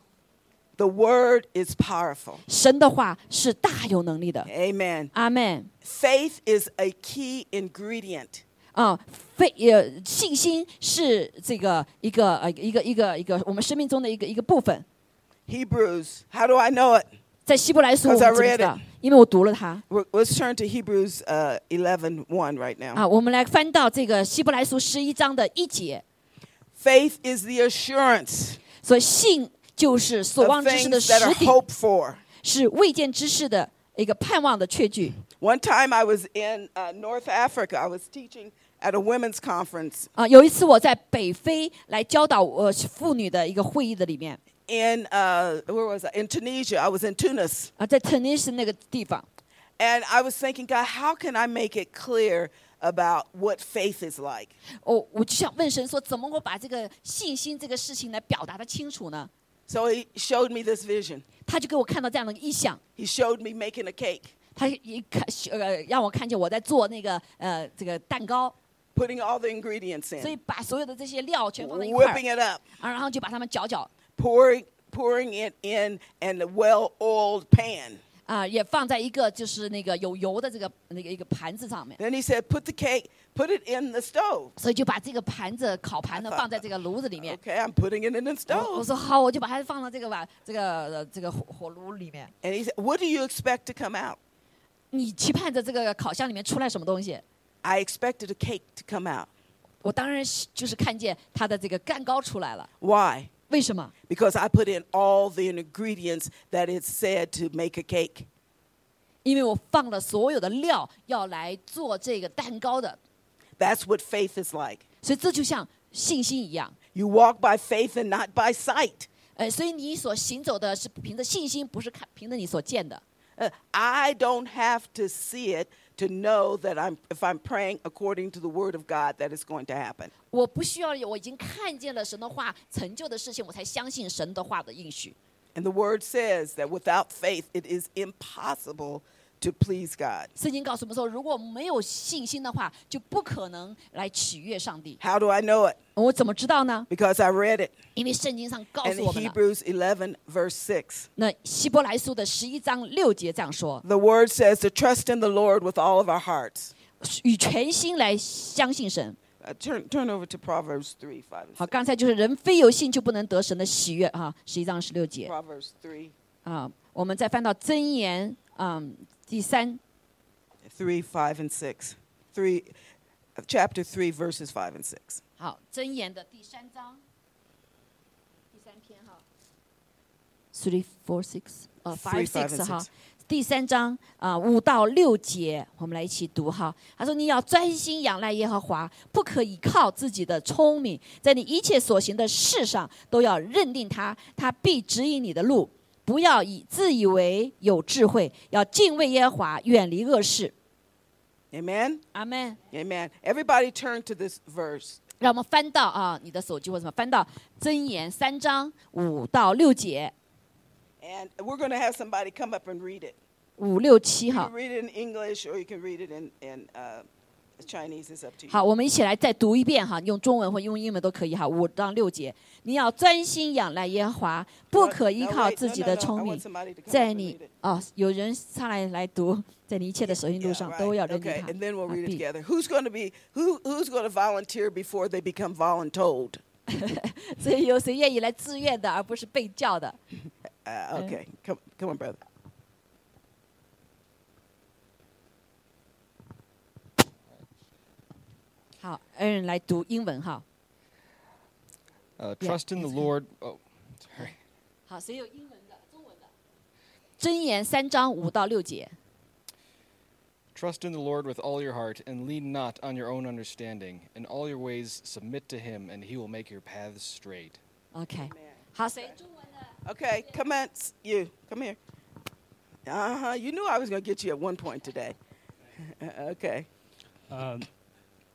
S1: The Word is powerful.
S2: 神的话是大有能力的。
S1: Amen.
S2: 阿门。
S1: Faith is a key ingredient
S2: 啊，非呃，信心是这个一个呃一个一个一个我们生命中的一个一个部分。
S1: Hebrews. How do I know it?
S2: 在希伯来书我
S1: Because I
S2: 们知不知
S1: read
S2: 道
S1: it.？
S2: 因为我读了它
S1: We're- Let's turn to Hebrews uh, 11 right now.
S2: 啊。我们来翻到这个希伯来书十一章的一节，
S1: Faith is the assurance
S2: 所以信就是所
S1: of
S2: 望之事的
S1: things
S2: 实
S1: that are
S2: 底，
S1: hoped for.
S2: 是未见之事的一个盼望的确据。
S1: One time I was in uh, North Africa. I was teaching at a women's conference
S2: 啊，有一次我在北非来教导呃妇女的一个会议的里面
S1: in uh, where was I? In Tunisia. I was in Tunis,
S2: 啊，在 Tunis 那个地方，
S1: and I was thinking, God, how can I make it clear about what faith is like?
S2: 哦，我就想问神说，怎么我把这个信心这个事情来表达的清楚呢？
S1: So He showed me this vision.
S2: 他就给我看到这样的一个意象，
S1: He showed me making a cake,
S2: 他一看呃让我看见我在做那个呃这个蛋糕，
S1: putting all the ingredients
S2: 所以
S1: in,
S2: 把所有的这些料全放在一块儿
S1: whipping，it up,
S2: 啊，然后就把它们搅搅
S1: pouring pouring it in an a well-oiled pan.
S2: 啊，也放在一个就是那个有油的这个那个一个盘子上面，
S1: Then he said, "Put the cake, put it in the stove."
S2: 所以就把这个盘子烤盘 呢
S1: 啊
S2: 放在这个炉子里面。
S1: Okay, I'm putting it in the
S2: 我我
S1: stove.
S2: 说好，我就把它放到这个碗这个呃这个火火炉里面。
S1: And he said, "What do you expect to come out?"
S2: 你期盼着这个烤箱里面出来什么东西？
S1: I expected a cake to come out.
S2: 我当然是就是看见它的这个蛋糕出来了。
S1: Why?
S2: 为什么？
S1: Because I put in all the ingredients that it said to make a cake.
S2: 因为我放了所有的料要来做这个蛋糕的，
S1: That's what faith is like.
S2: 所以这就像信心一样。
S1: You walk by faith and not by sight.
S2: 呃，所以你所行走的是凭着信心，不是看凭着你所见的。
S1: Uh, I don't have to see it to know that I'm if I'm praying according to the word of God that it's going to happen.
S2: 我不需要有，我已经看见了神的话成就的事情，我才相信神的话的应许。
S1: And the word says that without faith it is impossible to please God.
S2: 圣经告诉我们说，如果没有信心的话，就不可能来取悦上帝。
S1: How do I know it?
S2: 我怎么知道呢？
S1: Because I read it
S2: 因为圣经上告
S1: in
S2: 诉我们了。
S1: Hebrews 11 verse 6.
S2: 那希伯来书的十一章六节这样说：
S1: The word says to trust in the Lord with all of our hearts.
S2: 与全心来相信神。
S1: Uh, turn, turn over to Proverbs 3, 5, and
S2: 好，
S1: 6.
S2: 刚才就是人非有信就不能得神的喜悦啊，十一章十六节
S1: Proverbs 3,
S2: 啊。我们再翻到箴言啊、嗯第三
S1: 3, 5, and 6. 3, uh, chapter 3, verses 5 and 6.
S2: 好箴言的第三章第三篇哈，three four six 呃
S1: Three,
S2: five
S1: five
S2: six
S1: and
S2: 哈
S1: six.。
S2: 第三章啊，五、到六节，我们来一起读哈。他说：“你要专心仰赖耶和华，不可以靠自己的聪明，在你一切所行的事上都要认定他，他必指引你的路。不要以自以为有智慧，要敬畏耶和华，远离恶事。
S1: Amen? ”
S2: 阿门。
S1: Amen. Everybody turn to this verse.
S2: 让我们翻到啊，你的手机或什么，翻到箴言三章五到六节，
S1: And we're going to have somebody come up and read it.
S2: 五六七
S1: You
S2: 哈
S1: can。read it in English or you can read it in, in uh, Chinese. It's up to you.
S2: 好，我们一起来再读一遍哈，用中文或用英文都可以哈。五到六节，你要专心仰赖耶和华，不
S1: But-
S2: 可依
S1: no,
S2: 靠
S1: wait,
S2: 自
S1: no,
S2: 己
S1: no,
S2: 的
S1: no. I
S2: 聪
S1: want
S2: 明，
S1: somebody to come
S2: 在
S1: up and
S2: 你
S1: read it.
S2: 哦，有人上来来读，在你一切的手行路
S1: Yeah,
S2: 上
S1: right.
S2: 都要认定
S1: okay,
S2: 他。
S1: and then we'll
S2: 啊
S1: read it
S2: 必
S1: together. Who's going to be who? Who's going to volunteer before they become voluntold?
S2: 所以有谁愿意来自愿的，而不是被叫的？
S1: Uh, okay, come come on, brother.
S2: 好，恩人来读英文哈。
S4: Uh,
S2: Yeah,
S4: trust in the
S2: that's good.
S4: Lord. Oh, sorry.
S2: 好，谁有英文的、中文的？箴言三章五到六节。
S4: Trust in the Lord with all your heart, and lean not on your own understanding. In all your ways submit to Him, and He will make your paths straight.
S2: OK，好，谁中文的？
S1: Okay, come on, s- you come here. Uh huh. You knew I was going to get you at one point today. okay.
S5: 呃，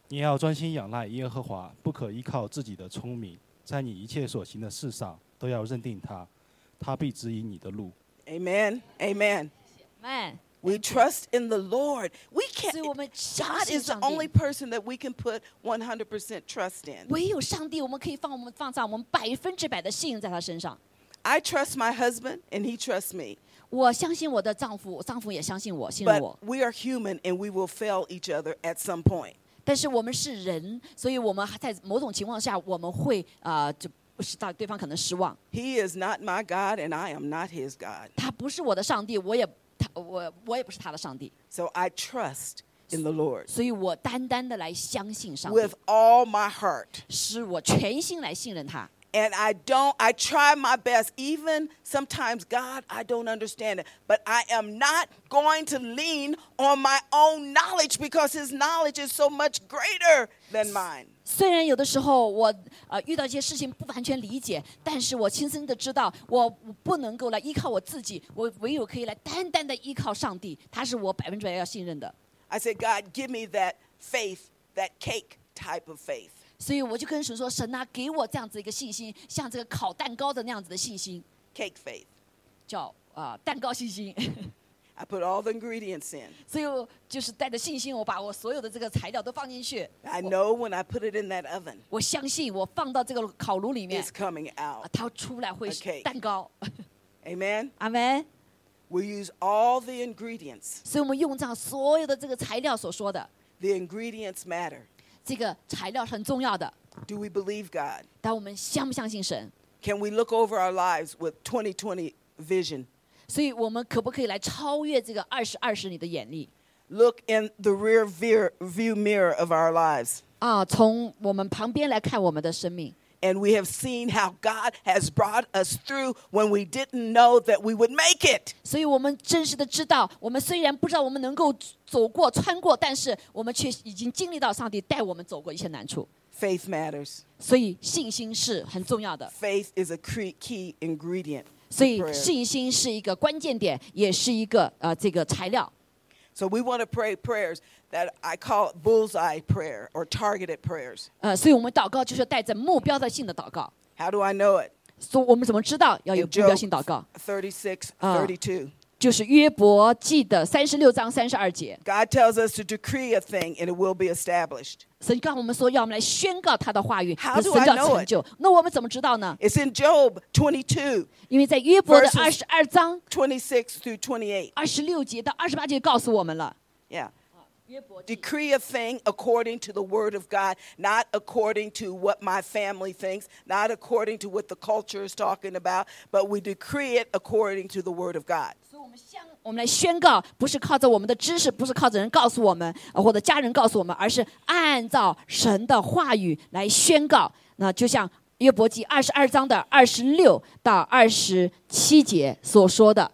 S5: 你要专心仰赖耶和华，不可依靠自己的聪明，在你一切所行的事上都要认定他，他必指引你的路。
S1: Amen. Amen.
S2: 们，
S1: We trust in the Lord. We
S2: 所以我
S1: can't.
S2: 们相
S1: God
S2: 信
S1: is the
S2: 上
S1: only
S2: 帝。
S1: person that we can put 100% trust in.
S2: 唯有上帝，我们可以放我们放上我们百分之百的信任在他身上。
S1: I trust my husband and he trusts me.
S2: 我相信我的丈夫，丈夫也相信我，信任我。
S1: But we are human and we will fail each other at some point.
S2: 但是我们是人，所以我们还在某种情况下，我们会啊、呃就不知道对方可能失望。
S1: He is not my God and I am not his God.
S2: 他不是我的上帝，我也他我我也不是他的上帝，
S1: So I trust in the Lord
S2: 所以我单单的来相信上帝，
S1: with all my heart.
S2: 是我全心来信任他。
S1: And I don't, I try my best. Even sometimes, God, I don't understand it. But I am not going to lean on my own knowledge because His knowledge is so much greater than mine.
S2: 虽然有的时候我呃遇到一些事情不完全理解，但是我亲身的知道，我我不能够来依靠我自己，我唯有可以来单单的依靠上帝，他是我百分之百要信任的。
S1: I said, God, give me that faith, that cake type of faith.
S2: 所以我就跟神说：“神啊，给我这样子一个信心，像这个烤蛋糕的那样子的信心，
S1: Cake faith.
S2: 叫啊、呃蛋糕信心。
S1: I put all the ingredients in.
S2: 所以我就是带着信心，我把我所有的这个材料都放进去。
S1: I know when I put it in that oven,
S2: 我相信我放到这个烤炉里面
S1: it's，coming
S2: 啊
S1: out.
S2: 它出来会是
S1: Okay
S2: 蛋糕。
S1: Amen.
S2: 阿门。
S1: We use all the ingredients.
S2: 所以我们用上所有的这个材料所说的，
S1: The ingredients matter.
S2: 这个材料是很重要的。
S1: Do we believe God?
S2: 但我们相不相信神？
S1: Can we look over our lives with 2020 vision?
S2: 所以我们可不可以来超越这个二十二十你的眼力
S1: Look in the rear veer- view mirror of our lives.
S2: 啊？从我们旁边来看我们的生命。
S1: And we have seen how God has brought us through when we didn't know that we would make it.
S2: 所以我们真实的知道，我们虽然不知道我们能够走过、穿过，但是我们却已经经历到上帝带我们走过一些难处。
S1: Faith matters.
S2: 所以信心是很重要的，
S1: Faith is a cre- key ingredient. to
S2: 所以
S1: prayer.
S2: 信心是一个关键点，也是一个呃这个材料。
S1: So we want to pray prayers that I call it bullseye prayer or targeted prayers.
S2: 呃，所以我们祷告就是带着目标的性的祷告。
S1: How do I know it?
S2: 所以我们怎么知道要有目
S1: In
S2: 标性祷告？
S1: 36,
S2: Ah.
S1: 32.
S2: 就是约伯记的三十六章三十二节，
S1: God tells us to decree a thing and it will be established.
S2: 神告诉我们说，要我们来宣告他的话语，
S1: How
S2: 神
S1: do
S2: 就
S1: I
S2: 要
S1: know
S2: 成就。那我们怎么知道呢？
S1: It's in Job 22,
S2: 因为在约伯的
S1: Verses
S2: 二十二章
S1: 26 through 28.
S2: 二十六节到二十八节告诉我们了。
S1: Yeah.
S2: 约伯记
S1: Decree a thing according to the word of God, not according to what my family thinks, not according to what the culture is talking about, but we decree it according to the word of God.
S2: 所以我们相，我们来宣告，不是靠着我们的知识，不是靠着人告诉我们，呃或者家人告诉我们，而是按照神的话语来宣告。那就像约伯记二十二章的二十六到二十七节所说的，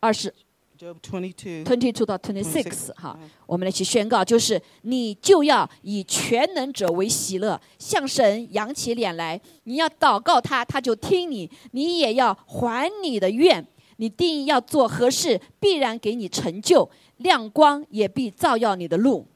S2: 二十
S1: Job 22.
S2: twenty two 到 twenty six
S1: six，嗯
S2: 哈，我们来去宣告，就是你就要以全能者为喜乐，向神扬起脸来，你要祷告他，他就听你，你也要还你的愿，你定要做何事，必然给你成就，亮光也必照耀你的路。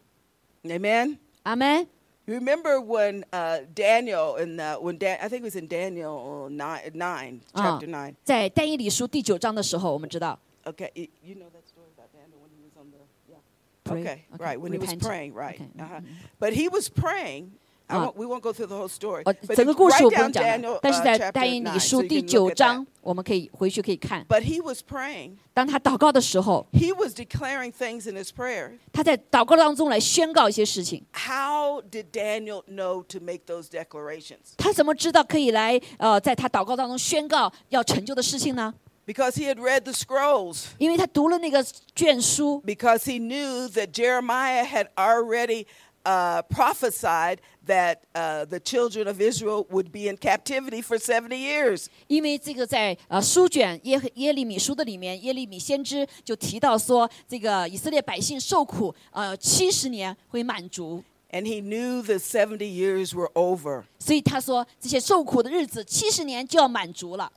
S1: Amen.
S2: 阿门。
S1: Remember when uh, Daniel and uh, when Dan, I think it was in Daniel nine, nine chapter nine.
S2: 在但以理书第九章的时候，我们知道
S1: Okay, y- you know that story about Daniel when he was on the yeah.
S2: Pray-
S1: Okay,
S2: okay,
S1: right when he
S2: repent.
S1: was praying, right?
S2: Okay, mm-hmm.
S1: Uh-huh. But he was praying. I
S2: Ah. Oh,
S1: won't, we won't go through the whole story.
S2: 呃
S1: but you
S2: 整个故事
S1: write
S2: 我不用
S1: down
S2: 讲
S1: Daniel,
S2: 了
S1: uh,，
S2: 但是在
S1: chapter
S2: 但以理
S1: 9,
S2: 书
S1: so you
S2: 第
S1: can
S2: 九
S1: look at
S2: 章
S1: that.，
S2: 我们可以回去可以看，
S1: But he was praying.
S2: 当他祷告的时候，
S1: He was declaring things in his prayer.
S2: 他在祷告当中来宣告一些事情。
S1: How did Daniel know to make those declarations?
S2: 他怎么知道可以来呃，在他祷告当中宣告要成就的事情呢？
S1: Because he had read the scrolls.
S2: 因为他读了那个卷书，
S1: because he knew that Jeremiah had already uh, prophesied that uh, the children of Israel would be in captivity for 70 years.
S2: 因为这个在呃书卷耶耶利米书的里面，耶利米先知就提到说，这个以色列百姓受苦呃七十年会满足，
S1: And he knew the 70 years were over.
S2: 所以他说这些受苦的日子七十年就要满足了，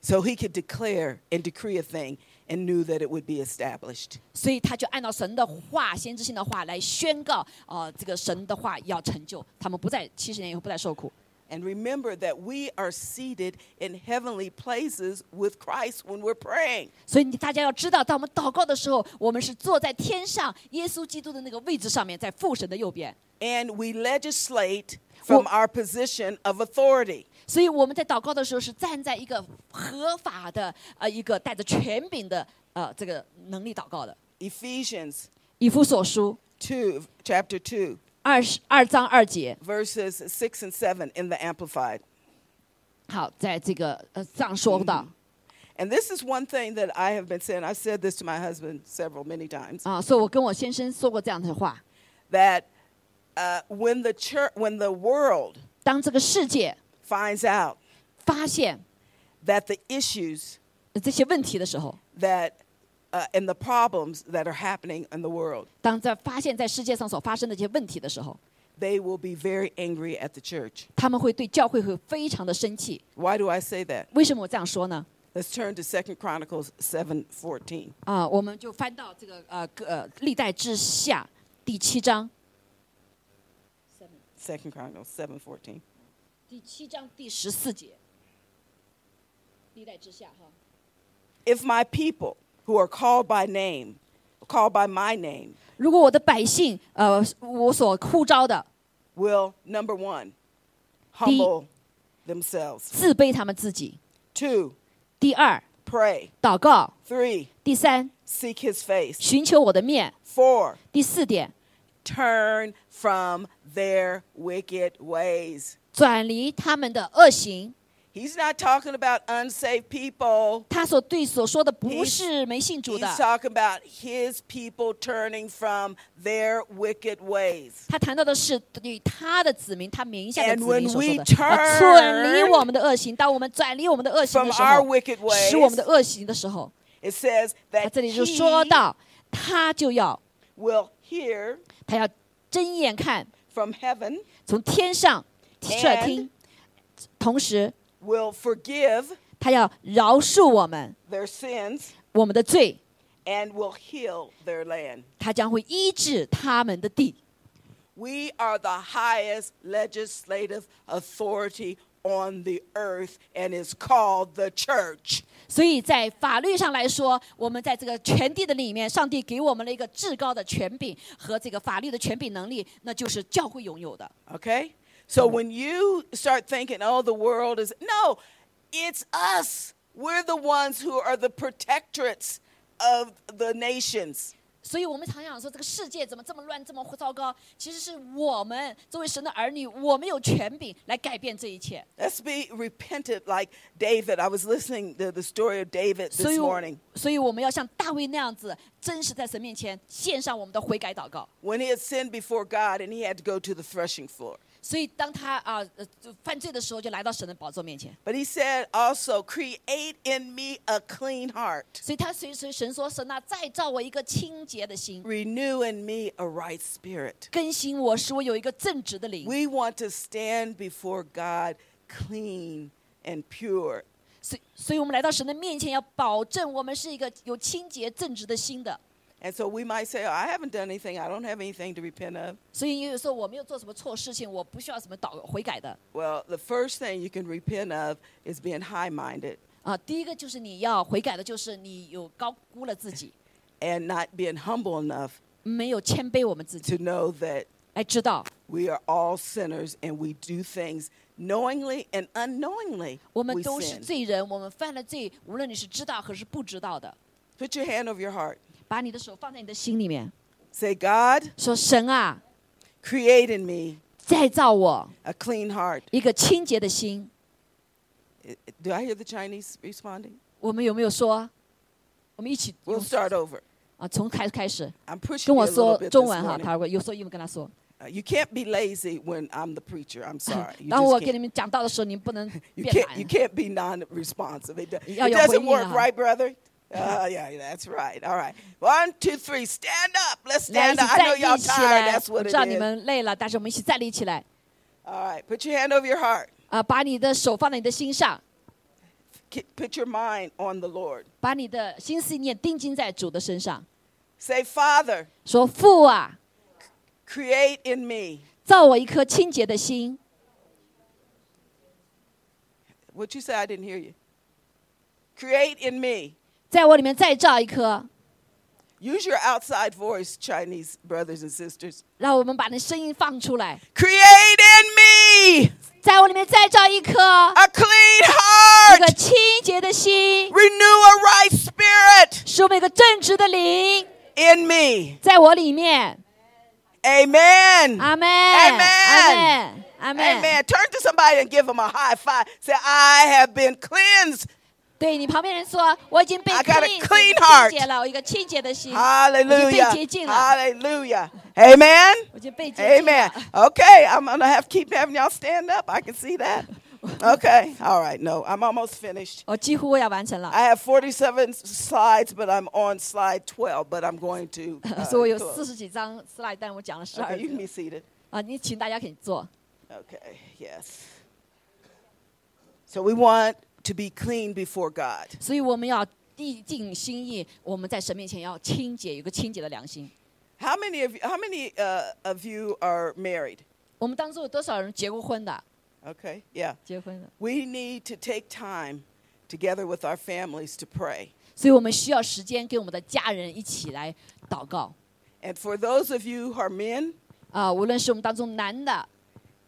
S1: So he could declare and decree a thing and knew that it would be established.
S2: 所以他就按照神的话、先知性的话来宣告，呃，这个神的话要成就，他们不再七十年以后不再受苦。
S1: And remember that we are seated in heavenly places with Christ when we're praying.
S2: 所以你大家要知道，当我们祷告的时候，我们是坐在天上耶稣基督的那个位置上面，在父神的右边。
S1: And we legislate from
S2: Well-
S1: our position of authority.
S2: 所以我们在祷告的时候是站在一个合法的呃一个带着权柄的呃这个能力祷告的。
S1: Ephesians
S2: 以弗所书
S1: 2, chapter 2,
S2: 二十二章二节，
S1: verses 6 and 7 in the Amplified.
S2: 好，在这个呃上说到
S1: And this is one thing that I have been saying. I've said this to my husband several, many times.
S2: 啊，所以我跟我先生说过这样的话：
S1: that uh, when the church, when the world
S2: 当这个世界
S1: finds out
S2: 发现
S1: that the issues
S2: 呃这些问题的时候，
S1: that uh, and the problems that are happening in the world,
S2: 当在发现在世界上所发生的一些问题的时候，
S1: they will be very angry at the church.
S2: 他们会对教会会非常的生气。
S1: Why do I say that?
S2: 为什么我这样说呢？
S1: Let's turn to Second Chronicles seven fourteen.
S2: 啊，我们就翻到这个呃个呃历代之下第七章，
S1: Second Chronicles seven fourteen.
S2: 第七章第十四节，历代之下哈。
S1: If my people who are called by name, called by my name,
S2: 如果我的百姓，呃，我所呼召的，
S1: will number one humble themselves,
S2: 自卑他们自己；
S1: two
S2: 第二，
S1: pray,
S2: 祷告；
S1: three
S2: 第三，
S1: seek His face.
S2: 寻求我的面；
S1: Four,
S2: 第四点，
S1: turn from their wicked ways.
S2: 转离他们的恶行。
S1: He's not talking about unsaved people.
S2: 他所对所说的不
S1: He's-
S2: 是没信主
S1: He's
S2: 的，
S1: talking about his people turning from their wicked ways.
S2: 他谈到的是对他的子民，他名下的
S1: And
S2: 子民所
S1: when
S2: 说
S1: we
S2: 的，呃
S1: turn
S2: 转离我们的恶行。当我们转离我们的恶行的
S1: from
S2: 时
S1: our
S2: 候
S1: wicked，ways
S2: 使我们的恶行的时候，
S1: It says
S2: 他
S1: that
S2: 这里就
S1: he
S2: 说到，他就要
S1: will hear
S2: 他要睁眼看，
S1: from heaven,
S2: 从天上射听，同时
S1: will forgive
S2: 他要饶恕我们
S1: their sins,
S2: 我们的罪，
S1: and will heal their land.
S2: 他将会医治他们的地。
S1: We are the highest legislative authority on the earth and is called the church.
S2: 所以在法律上来说，我们在这个全地的里面，上帝给我们了一个至高的权柄和这个法律的权柄能力，那就是教会拥有的。
S1: Okay? So when you start thinking, oh, the world is. No, it's us. We're the ones who are the protectorates of the nations.
S2: 所以我们常想说，这个世界怎么这么乱，这么糟糕？其实是我们作为神的儿女，我们有权柄来改变这一切。
S1: Let's be repentant like David. I was listening to the story of David
S2: 所
S1: this
S2: 以我
S1: morning.
S2: 所以我们要像大卫那样子，真实在神面前献上我们的悔改祷告。
S1: When he had sinned before God and he had to go to the threshing floor.
S2: 所以当他啊、呃就犯罪的时候，就来到神的宝座面前。
S1: But he said also, create in me a clean heart,
S2: 所以他随随神说：“神啊，再造我一个清洁的心，
S1: renew in me a right spirit.
S2: 更新我，使我有一个正直的灵。
S1: We want to stand before God clean and pure ”
S2: 所以，所以我们来到神的面前，要保证我们是一个有清洁正直的心的。
S1: And so we might say, oh, I haven't done anything. I don't have anything to repent of.
S2: 所以，有时候我没有做什么错事情，我不需要什么祷悔改的
S1: Well, the first thing you can repent of is being high minded
S2: 啊。第一个就是你要悔改的，就是你有高估了自己，
S1: and not being humble enough
S2: 没有谦卑我们自己，
S1: to know that
S2: 来知道
S1: we are all sinners and we do things knowingly and unknowingly.
S2: 我们
S1: we
S2: 都是
S1: sin.
S2: 罪人，我们犯了罪，无论你是知道还是不知道的，
S1: Put your hand over your heart.
S2: 把你的手放在你的心里面，
S1: Say, God,
S2: 说：“神啊，
S1: create in me
S2: 再造我
S1: a clean heart.
S2: 一个清洁的心。
S1: Do I hear the Chinese responding? ”
S2: 我们有没有说？我们一起
S1: We'll
S2: 用
S1: start over.
S2: 啊，从开开始
S1: I'm pushing
S2: 跟
S1: you a
S2: 我
S1: little
S2: 说
S1: bit
S2: 中
S1: this
S2: 文哈，
S1: morning.
S2: 他说有时候英文跟他说。
S1: Uh, You can't be lazy when I'm the preacher. I'm sorry. You
S2: 当
S1: just
S2: 我
S1: can't.
S2: 给你们讲道的时候，你们不能
S1: You
S2: 变
S1: can't,
S2: 懒
S1: you。can't be non-responsive. It, do-
S2: Yeah,
S1: it
S2: yeah,
S1: doesn't
S2: wait,
S1: work,
S2: yeah.
S1: right, brother? Uh, yeah, that's right. All right. One, two, three. Stand up. Let's
S2: 来，
S1: stand
S2: 一起
S1: up. I know
S2: 站
S1: y'all
S2: 立起
S1: tired.
S2: 来！
S1: That's
S2: 我
S1: what it
S2: 知道你
S1: is.
S2: 们累了，但是我们一起站立起来。
S1: All right. Put your hand over your heart.
S2: 啊，把你的手放在你的心上，
S1: K- Put your mind on the Lord.
S2: 把你的心思念定睛在主的身上，
S1: Say, Father,
S2: 说：“父啊，
S1: create in me
S2: 造我一颗清洁的心，
S1: What you say? I didn't hear you. Create in me.
S2: 在我里面再造一颗，
S1: Use your outside voice, Chinese brothers and sisters.
S2: 让我们把那声音放出来，
S1: Create in me
S2: 在我里面再造一颗
S1: a clean
S2: 一个
S1: heart.
S2: 清洁的心，
S1: Renew a right spirit
S2: 使我们有一个正直的灵
S1: in me.
S2: 在我里面。
S1: Amen.
S2: 阿
S1: Amen
S2: 门，阿门，阿门。
S1: Amen. Turn to somebody and give them a high five. Say, I have been cleansed.
S2: 对你旁边人说，我已经被
S1: I got a
S2: clean-
S1: clean heart
S2: 清洁了，我有一个清洁的心，
S1: Hallelujah.
S2: 我已经被洁净了。
S1: Hallelujah. Amen.
S2: 我已经被洁净了
S1: Amen. Okay, I'm gonna have to keep having y'all stand up. I can see that. Okay. All right. No, I'm almost finished.
S2: 我几乎要完成了，
S1: I have 47 slides, but I'm on slide 12. But I'm going to. uh,
S2: 所以我有
S1: close.
S2: 四十几张 slide，但我讲了十
S1: Okay,
S2: 二
S1: you can
S2: 个
S1: be seated.
S2: 啊，你请大家可以坐。
S1: Okay. Yes. So we want to be clean before God.
S2: 所以我们要地尽心意，我们在神面前要清洁，有个清洁的良心。
S1: How many of you, how many uh, of you are married?
S2: 我们当中有多少人结过婚的？
S1: Okay. Yeah.
S2: 结婚的，
S1: We need to take time together with our families to pray.
S2: 所以我们需要时间跟我们的家人一起来祷告
S1: And for those of you who are men,
S2: 啊、无论是我们当中男的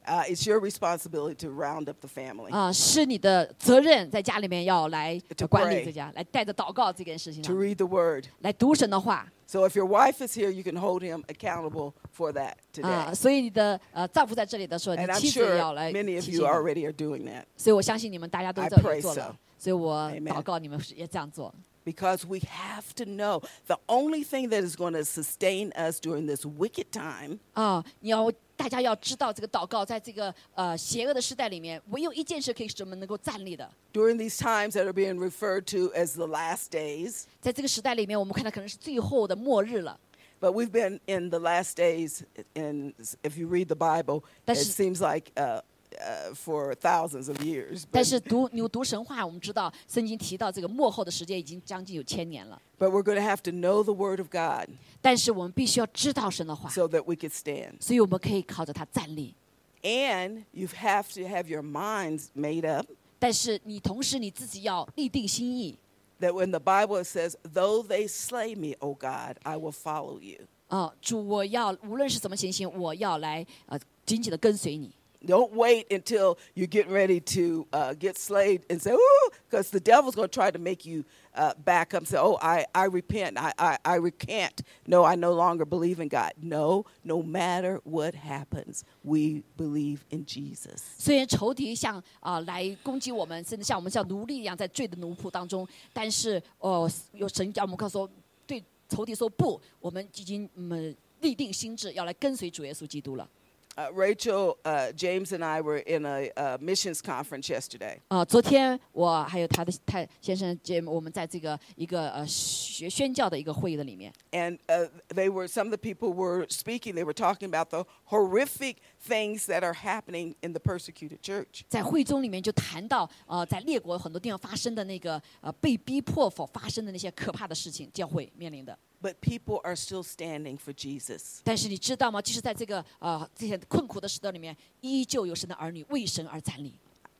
S1: uh, it's your responsibility to round up the family,
S2: 啊、是你的责任，在家里面要来
S1: To
S2: 管理
S1: pray
S2: 这家，来带着祷告这件事情
S1: to
S2: 上，
S1: read the word.
S2: 来读神的话
S1: So if your wife is here, you can hold him accountable for that today.
S2: 啊、所以你的呃丈夫在这里的时候，你
S1: and I'm
S2: 妻子也
S1: sure
S2: 要来
S1: many
S2: 提
S1: of
S2: 醒
S1: you
S2: 你。
S1: already are doing that
S2: 所以我相信你们大家都
S1: I
S2: 这么
S1: pray
S2: 做了
S1: so.，
S2: 所以我
S1: Amen.
S2: 祷告你们也这样做。
S1: because we have to know the only thing that is going to sustain us during this wicked time
S2: 啊，你要大家要知道，这个祷告在这个呃邪恶的时代里面，唯有一件事可以使我们能够站立的。
S1: during these times that are being referred to as the last days.
S2: 在这个时代里面，我们看到可能是最后的末日了。
S1: But we've been in the last days, and if you read the Bible, it
S2: 但是-
S1: seems like uh, uh, for thousands of years.
S2: 但
S1: But,
S2: 是读你有读神话，我们知道圣经提到这个幕后的时间已经将近有千年了。
S1: but we're going to have to know the Word of God
S2: 但是我们必须要知道神的话，
S1: so that we could stand.
S2: 所以我们可以靠着它站立。
S1: And you have to have your minds made up
S2: 但是你同时你自己要立定心意
S1: that when the Bible says, Though they slay me, O God, I will follow you.
S2: 啊、主，我要无论是怎么情形，我要来呃紧紧的跟随你。
S1: Don't wait until you're getting ready to uh, get slayed and say, ooh, because the devil's going to try to make you uh, back up and say, oh, I, I repent. I, I, I recant. No, I no longer believe in God. No, no matter what happens, we believe in Jesus.
S2: 虽然仇敌像啊、来攻击我们，甚至像我们像奴隶一样在罪的奴仆当中，但是哦，有神叫我们告诉我对仇敌说不，我们已经嗯立定心智要来跟随主耶稣基督了。
S1: Uh, Rachel, uh, James, and I were in a uh, missions conference yesterday.
S2: 啊、昨天我还有他的太先生节目，我们在这个一个呃学宣教的一个会议的里面，
S1: And uh, they were some of the people were speaking. They were talking about the horrific things that are happening in the persecuted church.
S2: 在会中里面就谈到呃在列国很多地方发生的那个呃被逼迫否发生的那些可怕的事情，教会面临的。
S1: But people are still standing for Jesus.
S2: 但是你知道吗？就是在这个呃这些困苦的时代里面，依旧有神的儿女为神而站立。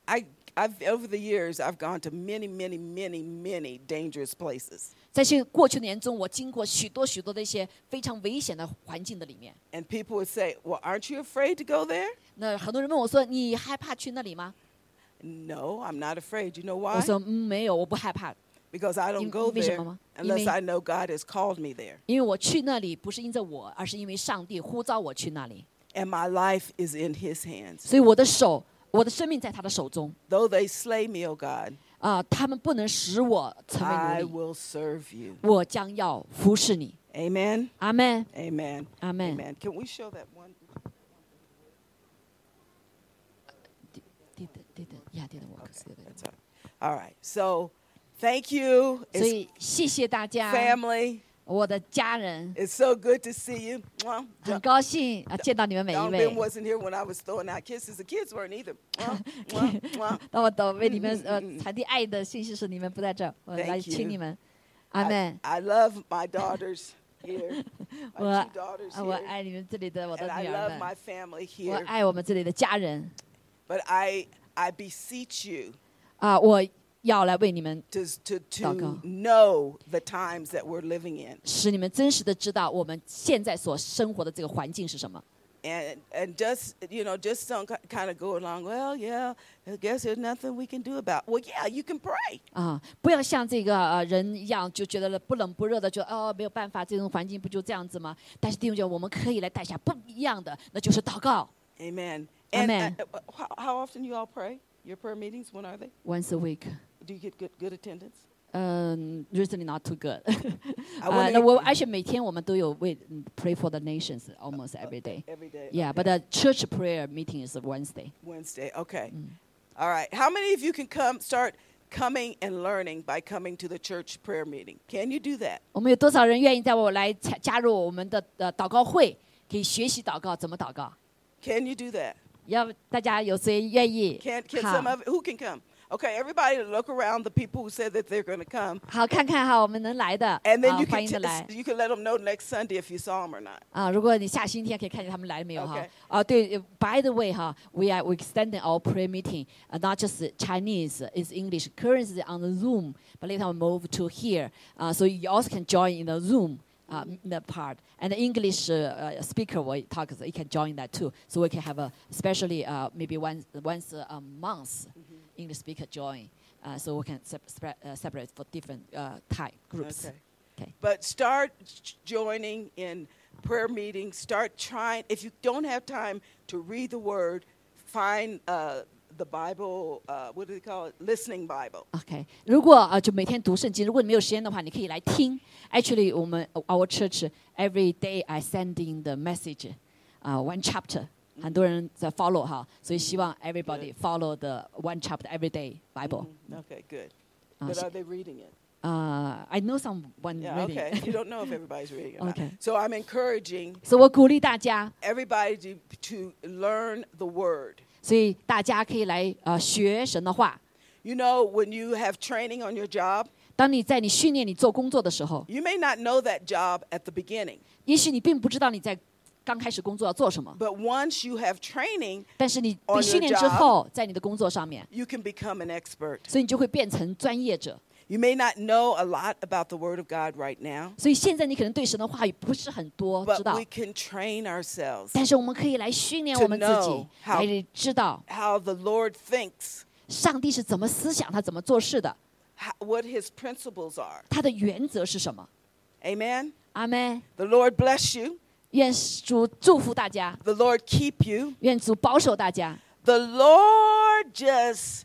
S1: I, I've over the years, I've gone to many, many, many, many dangerous places,
S2: 在这过去的年中，我经过许多许多的一些非常危险的环境的里面。
S1: and people would say, "Well, aren't you afraid to go there?"
S2: 那很多人问我说：“你害怕去那里吗
S1: No, I'm not afraid. You know？”
S2: 我
S1: why?
S2: 说：“嗯，没有，我不害怕，
S1: Because I don't
S2: You-
S1: go
S2: you mean
S1: there
S2: 什么吗？
S1: unless
S2: 因为-
S1: I know God has called me there,
S2: 因为我去那里不是因着我，而是因为上帝呼召我去那里。
S1: and my life is in His hands.
S2: 所以我的手，我的生命在他的手中
S1: Though they slay me, O God,
S2: 啊、他们不能使我成为
S1: I
S2: 奴隶，
S1: will serve you.
S2: 我将要服侍你。
S1: Amen.
S2: 阿门。
S1: Amen.
S2: Amen.
S1: Amen. Can we show that one?
S2: 对的，对的，呀，对的，我可是对的。
S1: That's all. All right. So, thank you,
S2: 所
S1: it's
S2: 以谢谢大家。
S1: family.
S2: 我的家人，
S1: It's so good to see you. Mwah.
S2: 很高兴啊见到你们每一
S1: Don
S2: 位
S1: Ben。wasn't here when I was throwing out kisses. The kids weren't either. Mwah, mwah, mwah.
S2: 那我等为你们 呃传递爱的信息是你们不在这儿，我
S1: Thank
S2: 来
S1: you
S2: 亲你们。阿
S1: I,
S2: 妹，
S1: I love my daughters here.
S2: 我
S1: My
S2: 啊
S1: two daughters
S2: 我
S1: here.
S2: 爱你们这里的我的
S1: And I
S2: 女儿
S1: love my
S2: 们，
S1: family
S2: 我
S1: here.
S2: 爱我们这里的家人
S1: But I I beseech you
S2: 啊、我要来为你们，
S1: to, to, to
S2: Daga.
S1: know the times that we're living in.
S2: 使你们真实的知道我们现在所生活的这个环境是什么。
S1: And, and just, you know, just some kind of go along, well, yeah, I guess there's nothing we can do about Well, yeah, you can pray.
S2: 啊，不要像这个呃人一样，就觉得不冷不热的，就哦没有办法，这种环境不就这样子吗？但是弟兄姐妹，我们可以来带下不一样的，那就是祷告。
S1: Amen. And uh,
S2: Amen.
S1: uh, how, how often you all pray? Your prayer meetings, when are they?
S2: Once a week，
S1: Do you get good, good attendance?
S2: 嗯、r e a s o n l y not too good。
S1: I
S2: 啊，
S1: wonder
S2: 那
S1: if-
S2: 我而且每天我们都有为嗯 pray for the nations almost every day。
S1: every day.
S2: Yeah, but uh, the church prayer meeting is Wednesday.
S1: Wednesday. Okay.
S2: Mm.
S1: All right. How many of you can come start coming and learning by coming to the church prayer meeting? Can you do that?
S2: 我们有多少人愿意在我来参加入我们的呃祷告会，可以学习祷告怎么祷告？
S1: Can you do that?
S2: 要不大家有谁愿意？
S1: Can can
S2: 好
S1: some of who can come? Okay, everybody look around the people who said that they're going to come.
S2: 好看看哈，我们能来的，
S1: And then
S2: 啊
S1: you can
S2: 欢迎的
S1: t-
S2: 来
S1: you can let them know next Sunday if you saw them or not.
S2: 啊！如果你下星期可以看见他们来没有哈
S1: Okay.？
S2: 啊，对呃，By the way 哈，we are we extending our prayer meeting, uh, not just Chinese, it's English. Currently on the Zoom, but later we move to here, uh, so you also can join in the Zoom. Uh, the part and the English uh, uh, speaker will talk. So you can join that too. So we can have a, especially uh, maybe once once a month,
S1: Mm-hmm.
S2: English speaker join. Uh, so we can sep- spread, uh, separate for different uh, type groups.
S1: Okay.
S2: Okay.
S1: But start j- joining in prayer meetings. Start trying. If you don't have time to read the Word, find uh, the Bible. Uh, what do they call it? Listening Bible.
S2: OK，如果啊，就每天读圣经，如果你没有时间的话，你可以来听。Actually，我们 our church every day I send in the message，啊、o n e chapter，很多人在 follow 哈，所以希望 everybody follow the one chapter every day Bible。
S1: Mm-hmm Okay, good.
S2: 啊
S1: But
S2: 是
S1: are they reading it?
S2: 啊，I know someone
S1: Yeah, okay.
S2: reading，
S1: You don't know if everybody's reading or not.
S2: Okay.
S1: So I'm encouraging
S2: 所以我鼓励大家，
S1: everybody to, to learn the Word.
S2: 所以大家可以来呃学神的话。
S1: You know, when you have training on your job,
S2: 当你在你训练你做工作的时候，
S1: you may not know that job at the beginning,
S2: 也许你并不知道你在刚开始工作要做什么，
S1: but once you have training,
S2: 但是你
S1: On
S2: 你训
S1: your
S2: 练之
S1: job.
S2: 后，在你的工作上面。
S1: you can become an expert.
S2: 所以你就会变成专业者。
S1: You may not know a lot about the Word of God right now,
S2: 所以现在你可能对神的话语不是很多
S1: but
S2: 知道
S1: we，can train ourselves
S2: 但是我们可以来训练
S1: to
S2: 我们自
S1: know
S2: 己，
S1: how-
S2: 来知道
S1: how the Lord thinks,
S2: 上帝是怎么思想，他怎么做事的，
S1: how, what His principles are.
S2: 他的原则是什么。
S1: Amen.
S2: 阿门。
S1: The Lord bless you.
S2: 愿主祝福大家，
S1: The Lord keep you.
S2: 愿主保守大家，
S1: The Lord just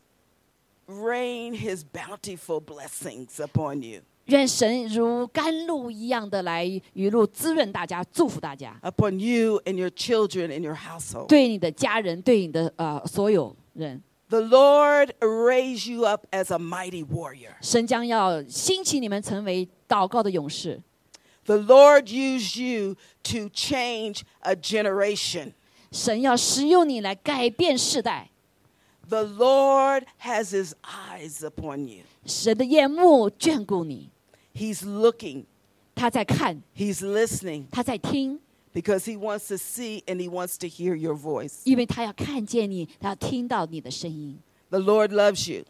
S1: rain His bountiful blessings upon you,
S2: 愿神如甘露一样的来雨露滋润大家，祝福大家，
S1: upon you and your children and your household.
S2: 对你的家人，对你的呃所有人，
S1: The Lord raise you up as a mighty warrior.
S2: 神将要兴起你们成为祷告的勇士。
S1: The Lord used you to change a generation.
S2: 神要使用你来改变世代。
S1: The Lord has His eyes upon you.
S2: 神的眼目眷顾你，
S1: He's looking,
S2: 他在看，
S1: He's listening,
S2: 他在听，
S1: because He wants to see and He wants to hear your voice.
S2: 因为他要看见你，他要听到你的声音。
S1: The Lord loves you.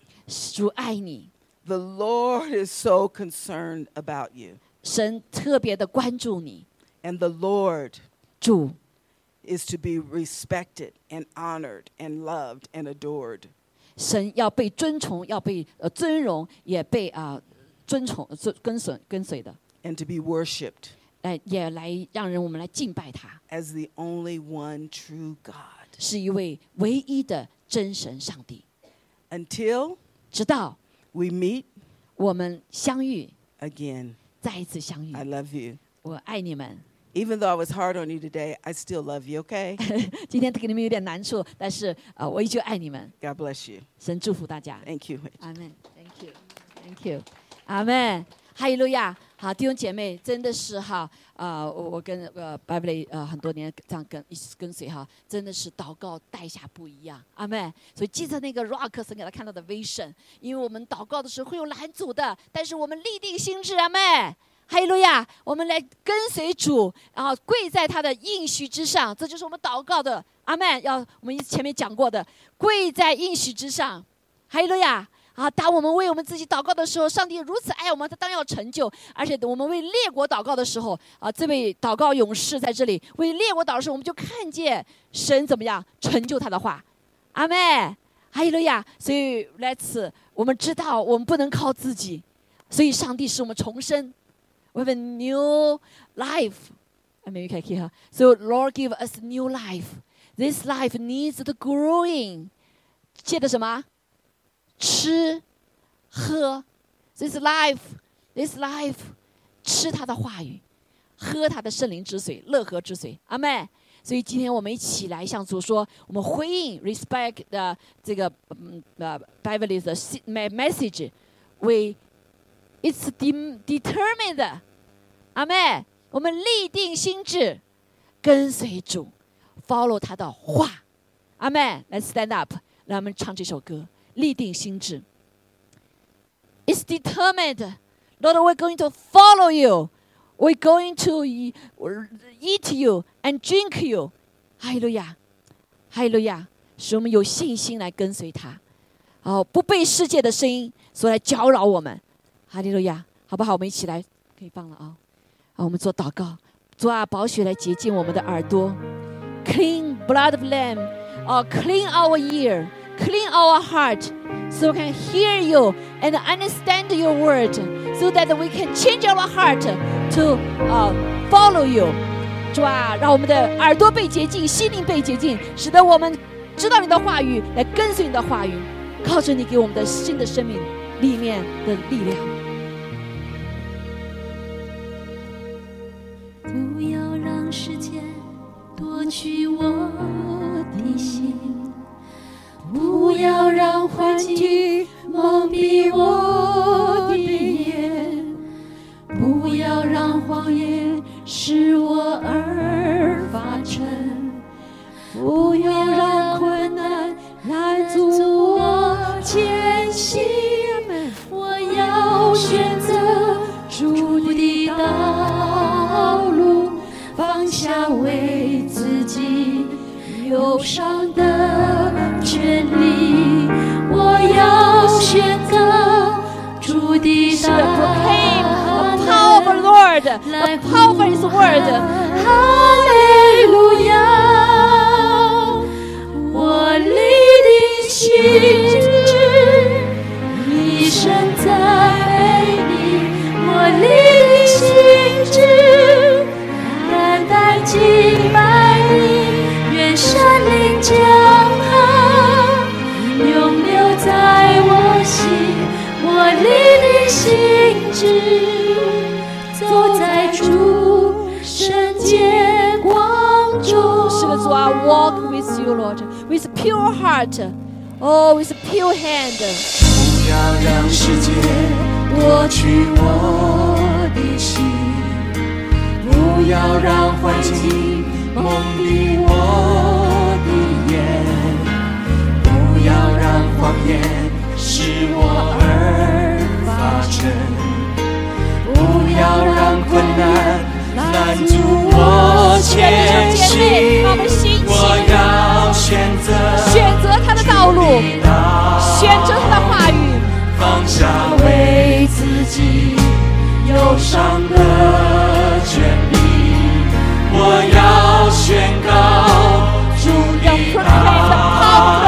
S2: 主爱你，
S1: The Lord is so concerned about you.
S2: 神特别的关注你。
S1: And the Lord
S2: 主
S1: is to be respected and honored and loved and adored.
S2: 神要被尊崇，要被呃尊荣，也被啊、尊崇尊跟随跟随的，
S1: and to be worshiped
S2: 呃，也来让人我们来敬拜他，
S1: as the only one true God
S2: 是一位唯一的真神上帝。
S1: until
S2: 直到
S1: we meet
S2: 我们相遇，
S1: again.
S2: 再一次相遇
S1: I，love you.
S2: 我爱你们。
S1: Even though I was hard on you today, I still love you, okay?
S2: 今天给你们有点难处，但是呃，我依旧爱你们。
S1: God bless you.
S2: 神祝福大家。
S1: Thank you.
S2: 阿门。Thank you. Thank you. 阿门。哈利路亚。好，弟兄姐妹，真的是哈啊、我我跟呃 Beverly 呃很多年这样跟一起跟随哈，真的是祷告代下不一样，阿门。所以记着那个 Rock 神给他看到的 vision，因为我们祷告的时候会有拦阻的，但是我们立定心智，阿门。哈利路亚！我们来跟随主，然后跪在他的应许之上，这就是我们祷告的。阿门！要我们前面讲过的，跪在应许之上。哈利路亚！啊，当我们为我们自己祷告的时候，上帝如此爱我们，他当要成就；而且我们为列国祷告的时候，啊，这位祷告勇士在这里为列国祷告的时候，我们就看见神怎么样成就他的话。阿妹，哈利路亚！所以来此，我们知道我们不能靠自己，所以上帝使我们重生。We have a new life. I mean, you can hear. So Lord, give us new life. This life needs the growing. 借的什么？吃，喝。This life, this life，吃他的话语，喝他的圣灵之水，乐呵之水。阿妹。所以今天我们一起来向主说，我们回应 respect 的这个嗯呃 Beverly 的 si- me- message。We it's de- determined，阿妹，我们立定心智，跟随主，follow 他的话。阿妹，来 stand up，让我们唱这首歌，立定心智。It's determined, Lord, we're going to follow you. We're going to e- eat you and drink you. 哈利路亚，哈利路亚，使我们有信心来跟随他，哦，不被世界的声音所来搅扰我们。哈利路亚，好不好？我们一起来，可以放了啊、啊，我们做祷告，主啊，宝血来洁净我们的耳朵，clean blood of lamb，哦、c l e a n our ear，clean our heart，so we can hear you and understand your word，so that we can change our heart to 呃、follow you。主啊，让我们的耳朵被洁净，心灵被洁净，使得我们知道你的话语，来跟随你的话语，靠着你给我们的新的生命里面的力量。
S6: 不要让时间夺去我的心，不要让环境蒙蔽我的眼，不要让谎言使我耳发沉，不要让困难来阻我前行。我要选择主的道路，放下为自己忧伤的权利。我要选择主的
S2: The
S6: 道
S2: proclaim the
S6: 路。
S2: power of the Lord,
S6: 来
S2: the
S6: 呼
S2: power of His
S6: 喊
S2: word.
S6: 哈利路亚，我立定心志，一生赞美你。我立定心志，单单敬拜你。愿山林江河永留在我心。我立定心志。走在主圣洁光中。
S2: 是的，主啊，walk with you, Lord, with pure heart, oh, with pure hand.
S6: 不要让世界夺去我的心，不要让环境蒙蔽我的眼，不要让谎言使我耳发沉，不要让困难拦阻我前
S2: 弟兄姐妹，让。
S6: 行
S2: 我们兴起
S6: 我要选择
S2: 选择他的道路，
S6: 道
S2: 选择他的话语。
S6: 放下为自己忧伤的权利，我要宣告主
S2: The
S6: 的
S2: proclaim the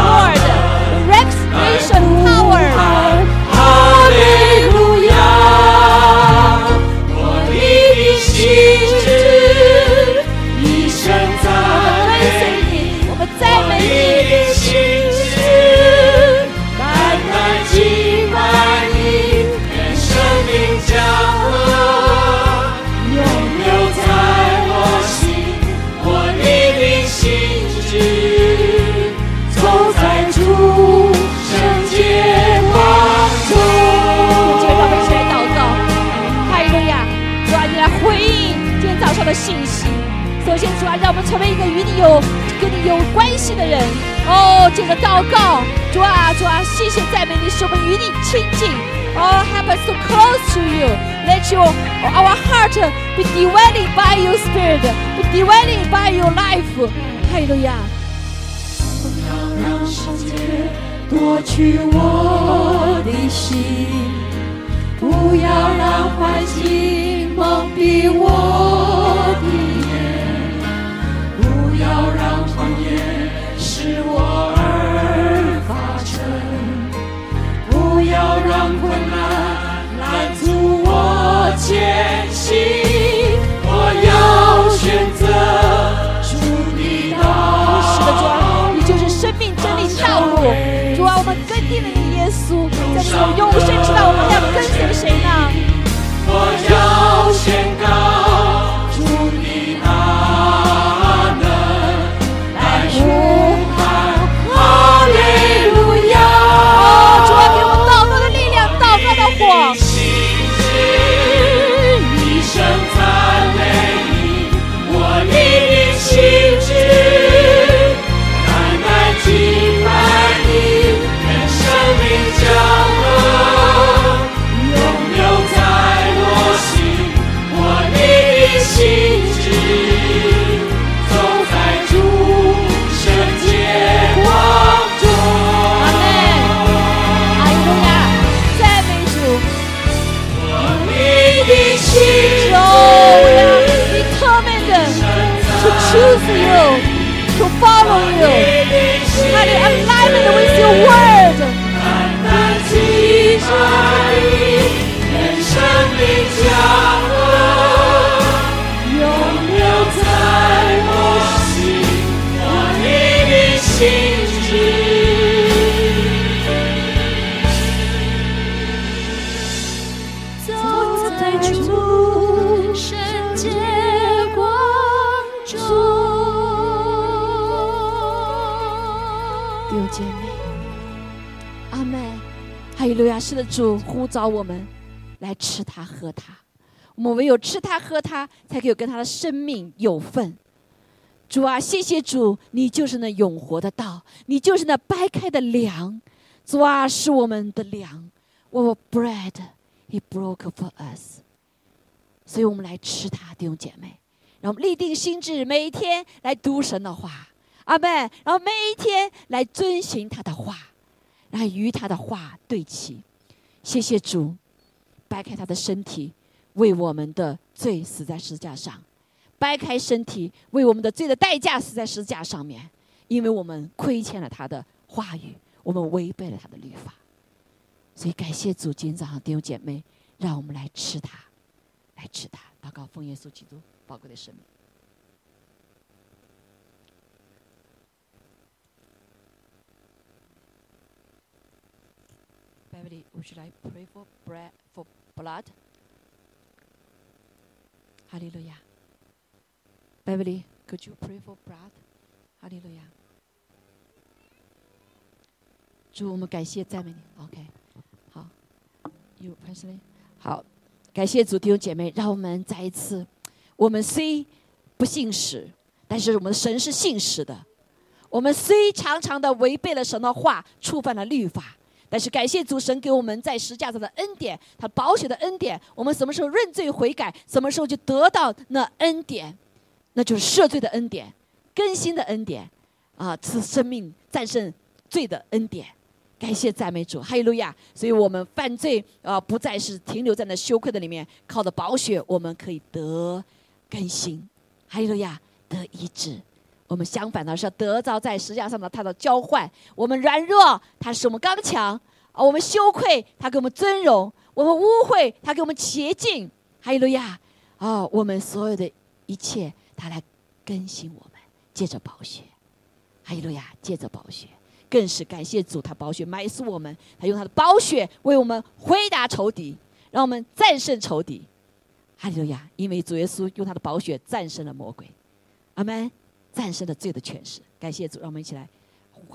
S6: 大
S2: power of the Lord, restoration power.
S6: 哈利路亚！我立定心志，一生赞
S2: 跟随
S6: 美你。
S2: 你，我们
S6: 我
S2: 赞美你。
S6: 的心志，单单敬拜你，愿生命江河永留在我心。我立定心志，走在主圣洁光
S2: 今啊哦
S6: 中
S2: 天。让我们一起来祷告，哈利路亚！主啊，你来回应今天早上的信息。首先，主啊，让我们成为一个与你有跟你有关系的人。哦，这个祷告，主啊，主啊，谢谢赞美你，使我们与你亲近。哦，help us so close to you. Let your our heart be divided by your spirit, be divided by your life. 哈利路亚！
S6: 不要让世界夺去我的心，不要让环境蒙蔽我的眼，不要让谎言使我而发沉，不要让困难拦阻我前行。我要选择主的道。
S2: 是的，主啊，你就是生命真理之道路。主啊，我们跟定了你耶稣，在这种永生之道，我们要跟随谁呢？
S6: 我要宣告主的大能，来呼
S2: 啊
S6: 喊哈利路亚！
S2: 主啊，给我们道路的力量，祷告的火
S6: 你。信心，一生赞美你，我一定心志，慢慢敬拜你，愿生命降落，永留在我心，我一定心志，走在主圣洁光中。
S2: 阿妹，阿利路亚，赞美主，
S6: 你的心
S2: 主啊，We command to choose you, to follow you, and in alignment with your word.
S6: 的期盼，愿生命降落，永留在我心，我你的心志。走在主圣洁光中。
S2: 弟兄姐妹，阿妹，哈利路亚！是的，主呼召我们来吃它、喝它。我们唯有吃它、喝它，才可以跟它的生命有份。主啊，谢谢主，你就是那永活的道，你就是那掰开的粮。主啊，是我们的粮，our bread he broke for us。所以我们来吃它，弟兄姐妹，让我们立定心智，每天来读神的话。阿门。然后每一天来遵循他的话，然后与他的话对齐。谢谢主，掰开他的身体，为我们的罪死在十字架上；掰开身体，为我们的罪的代价死在十字架上面。因为我们亏欠了他的话语，我们违背了他的律法。所以感谢主，今天早上弟兄姐妹，让我们来吃它，来吃它。祷告奉耶稣基督宝贵的生命。Beverly, would you like pray for bread for blood? Hallelujah. Beverly, could you pray for blood? Hallelujah. 主，我们感谢赞美你。OK，好，You personally，好，感谢主弟兄姐妹，让我们再一次，我们虽不信实，但是我们神是信实的。我们虽常常的违背了神的话，触犯了律法，但是感谢主神给我们在十架上的恩典，他保险的恩典。我们什么时候认罪悔改，什么时候就得到那恩典，那就是赦罪的恩典、更新的恩典，啊，赐生命战胜罪的恩典。感谢赞美主，哈利路亚！所以我们犯罪啊、呃不再是停留在那羞愧的里面，靠着宝血，我们可以得更新，哈利路亚，得医治。我们相反的是要得着在实际上的他的交换。我们软弱，他使我们刚强；啊，我们羞愧，他给我们尊荣；我们污秽，他给我们洁净。哈利路亚！啊，我们所有的一切，他来更新我们，借着宝血。哈利路亚，借着宝血，更是感谢主，他宝血埋死我们，他用他的宝血为我们回答仇敌，让我们战胜仇敌。哈利路亚，因为主耶稣用他的宝血战胜了魔鬼。阿门，战胜了罪的权势。感谢主，让我们一起来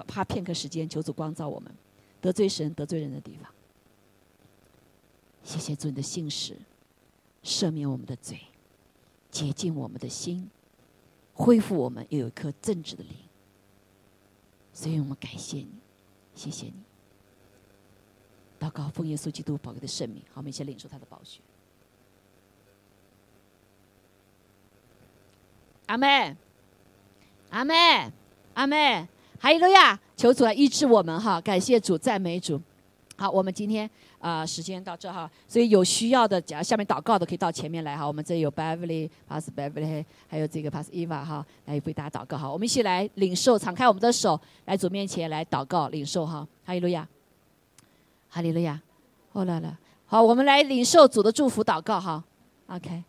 S2: 花片刻时间，求主光照我们得罪神、得罪人的地方。谢谢主你的信实，赦免我们的罪，洁净我们的心，恢复我们又有一颗正直的灵。所以我们感谢你，谢谢你。祷告奉耶稣基督宝贵的圣名，好，我们一起领受他的宝血。阿妹，阿妹，阿妹，哈利路亚！求主来医治我们哈，感谢主，赞美主。好，我们今天啊、呃时间到这哈，所以有需要的，假如下面祷告的可以到前面来哈。我们这里有 Beverly、Pass Beverly，还有这个 Pass Eva 哈，来为大家祷告哈。我们一起来领受，敞开我们的手，来主面前来祷告领受哈。哈利路亚，哈利路亚，哦啦啦，好，我们来领受主的祝福祷告哈。OK，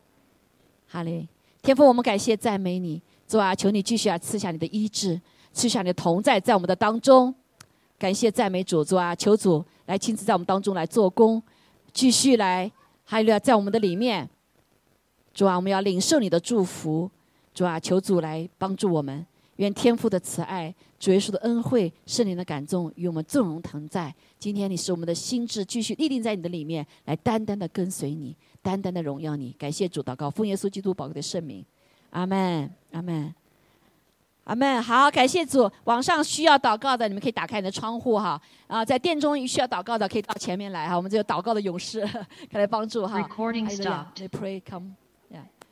S2: 哈利，天父，我们感谢赞美你，主啊，求你继续啊赐下你的医治，赐下你的同在在我们的当中。感谢赞美主，主啊，求主来亲自在我们当中来做工，继续来，还有在我们的里面，主啊，我们要领受你的祝福，主啊，求主来帮助我们，愿天父的慈爱、主耶稣的恩惠、圣灵的感动与我们纵容同在。今天你使我们的心智继续立定在你的里面，来单单的跟随你，单单的荣耀你。感谢主，祷告，奉耶稣基督宝贵的圣名，阿门，阿门。阿门。好，感谢主。网上需要祷告的，你们可以打开你的窗户哈。啊，在殿中需要祷告的，可以到前面来哈。我们这有祷告的勇士，可以来帮助哈。
S6: Recording
S2: 哈利路亚 They
S6: stopped.
S2: pray come.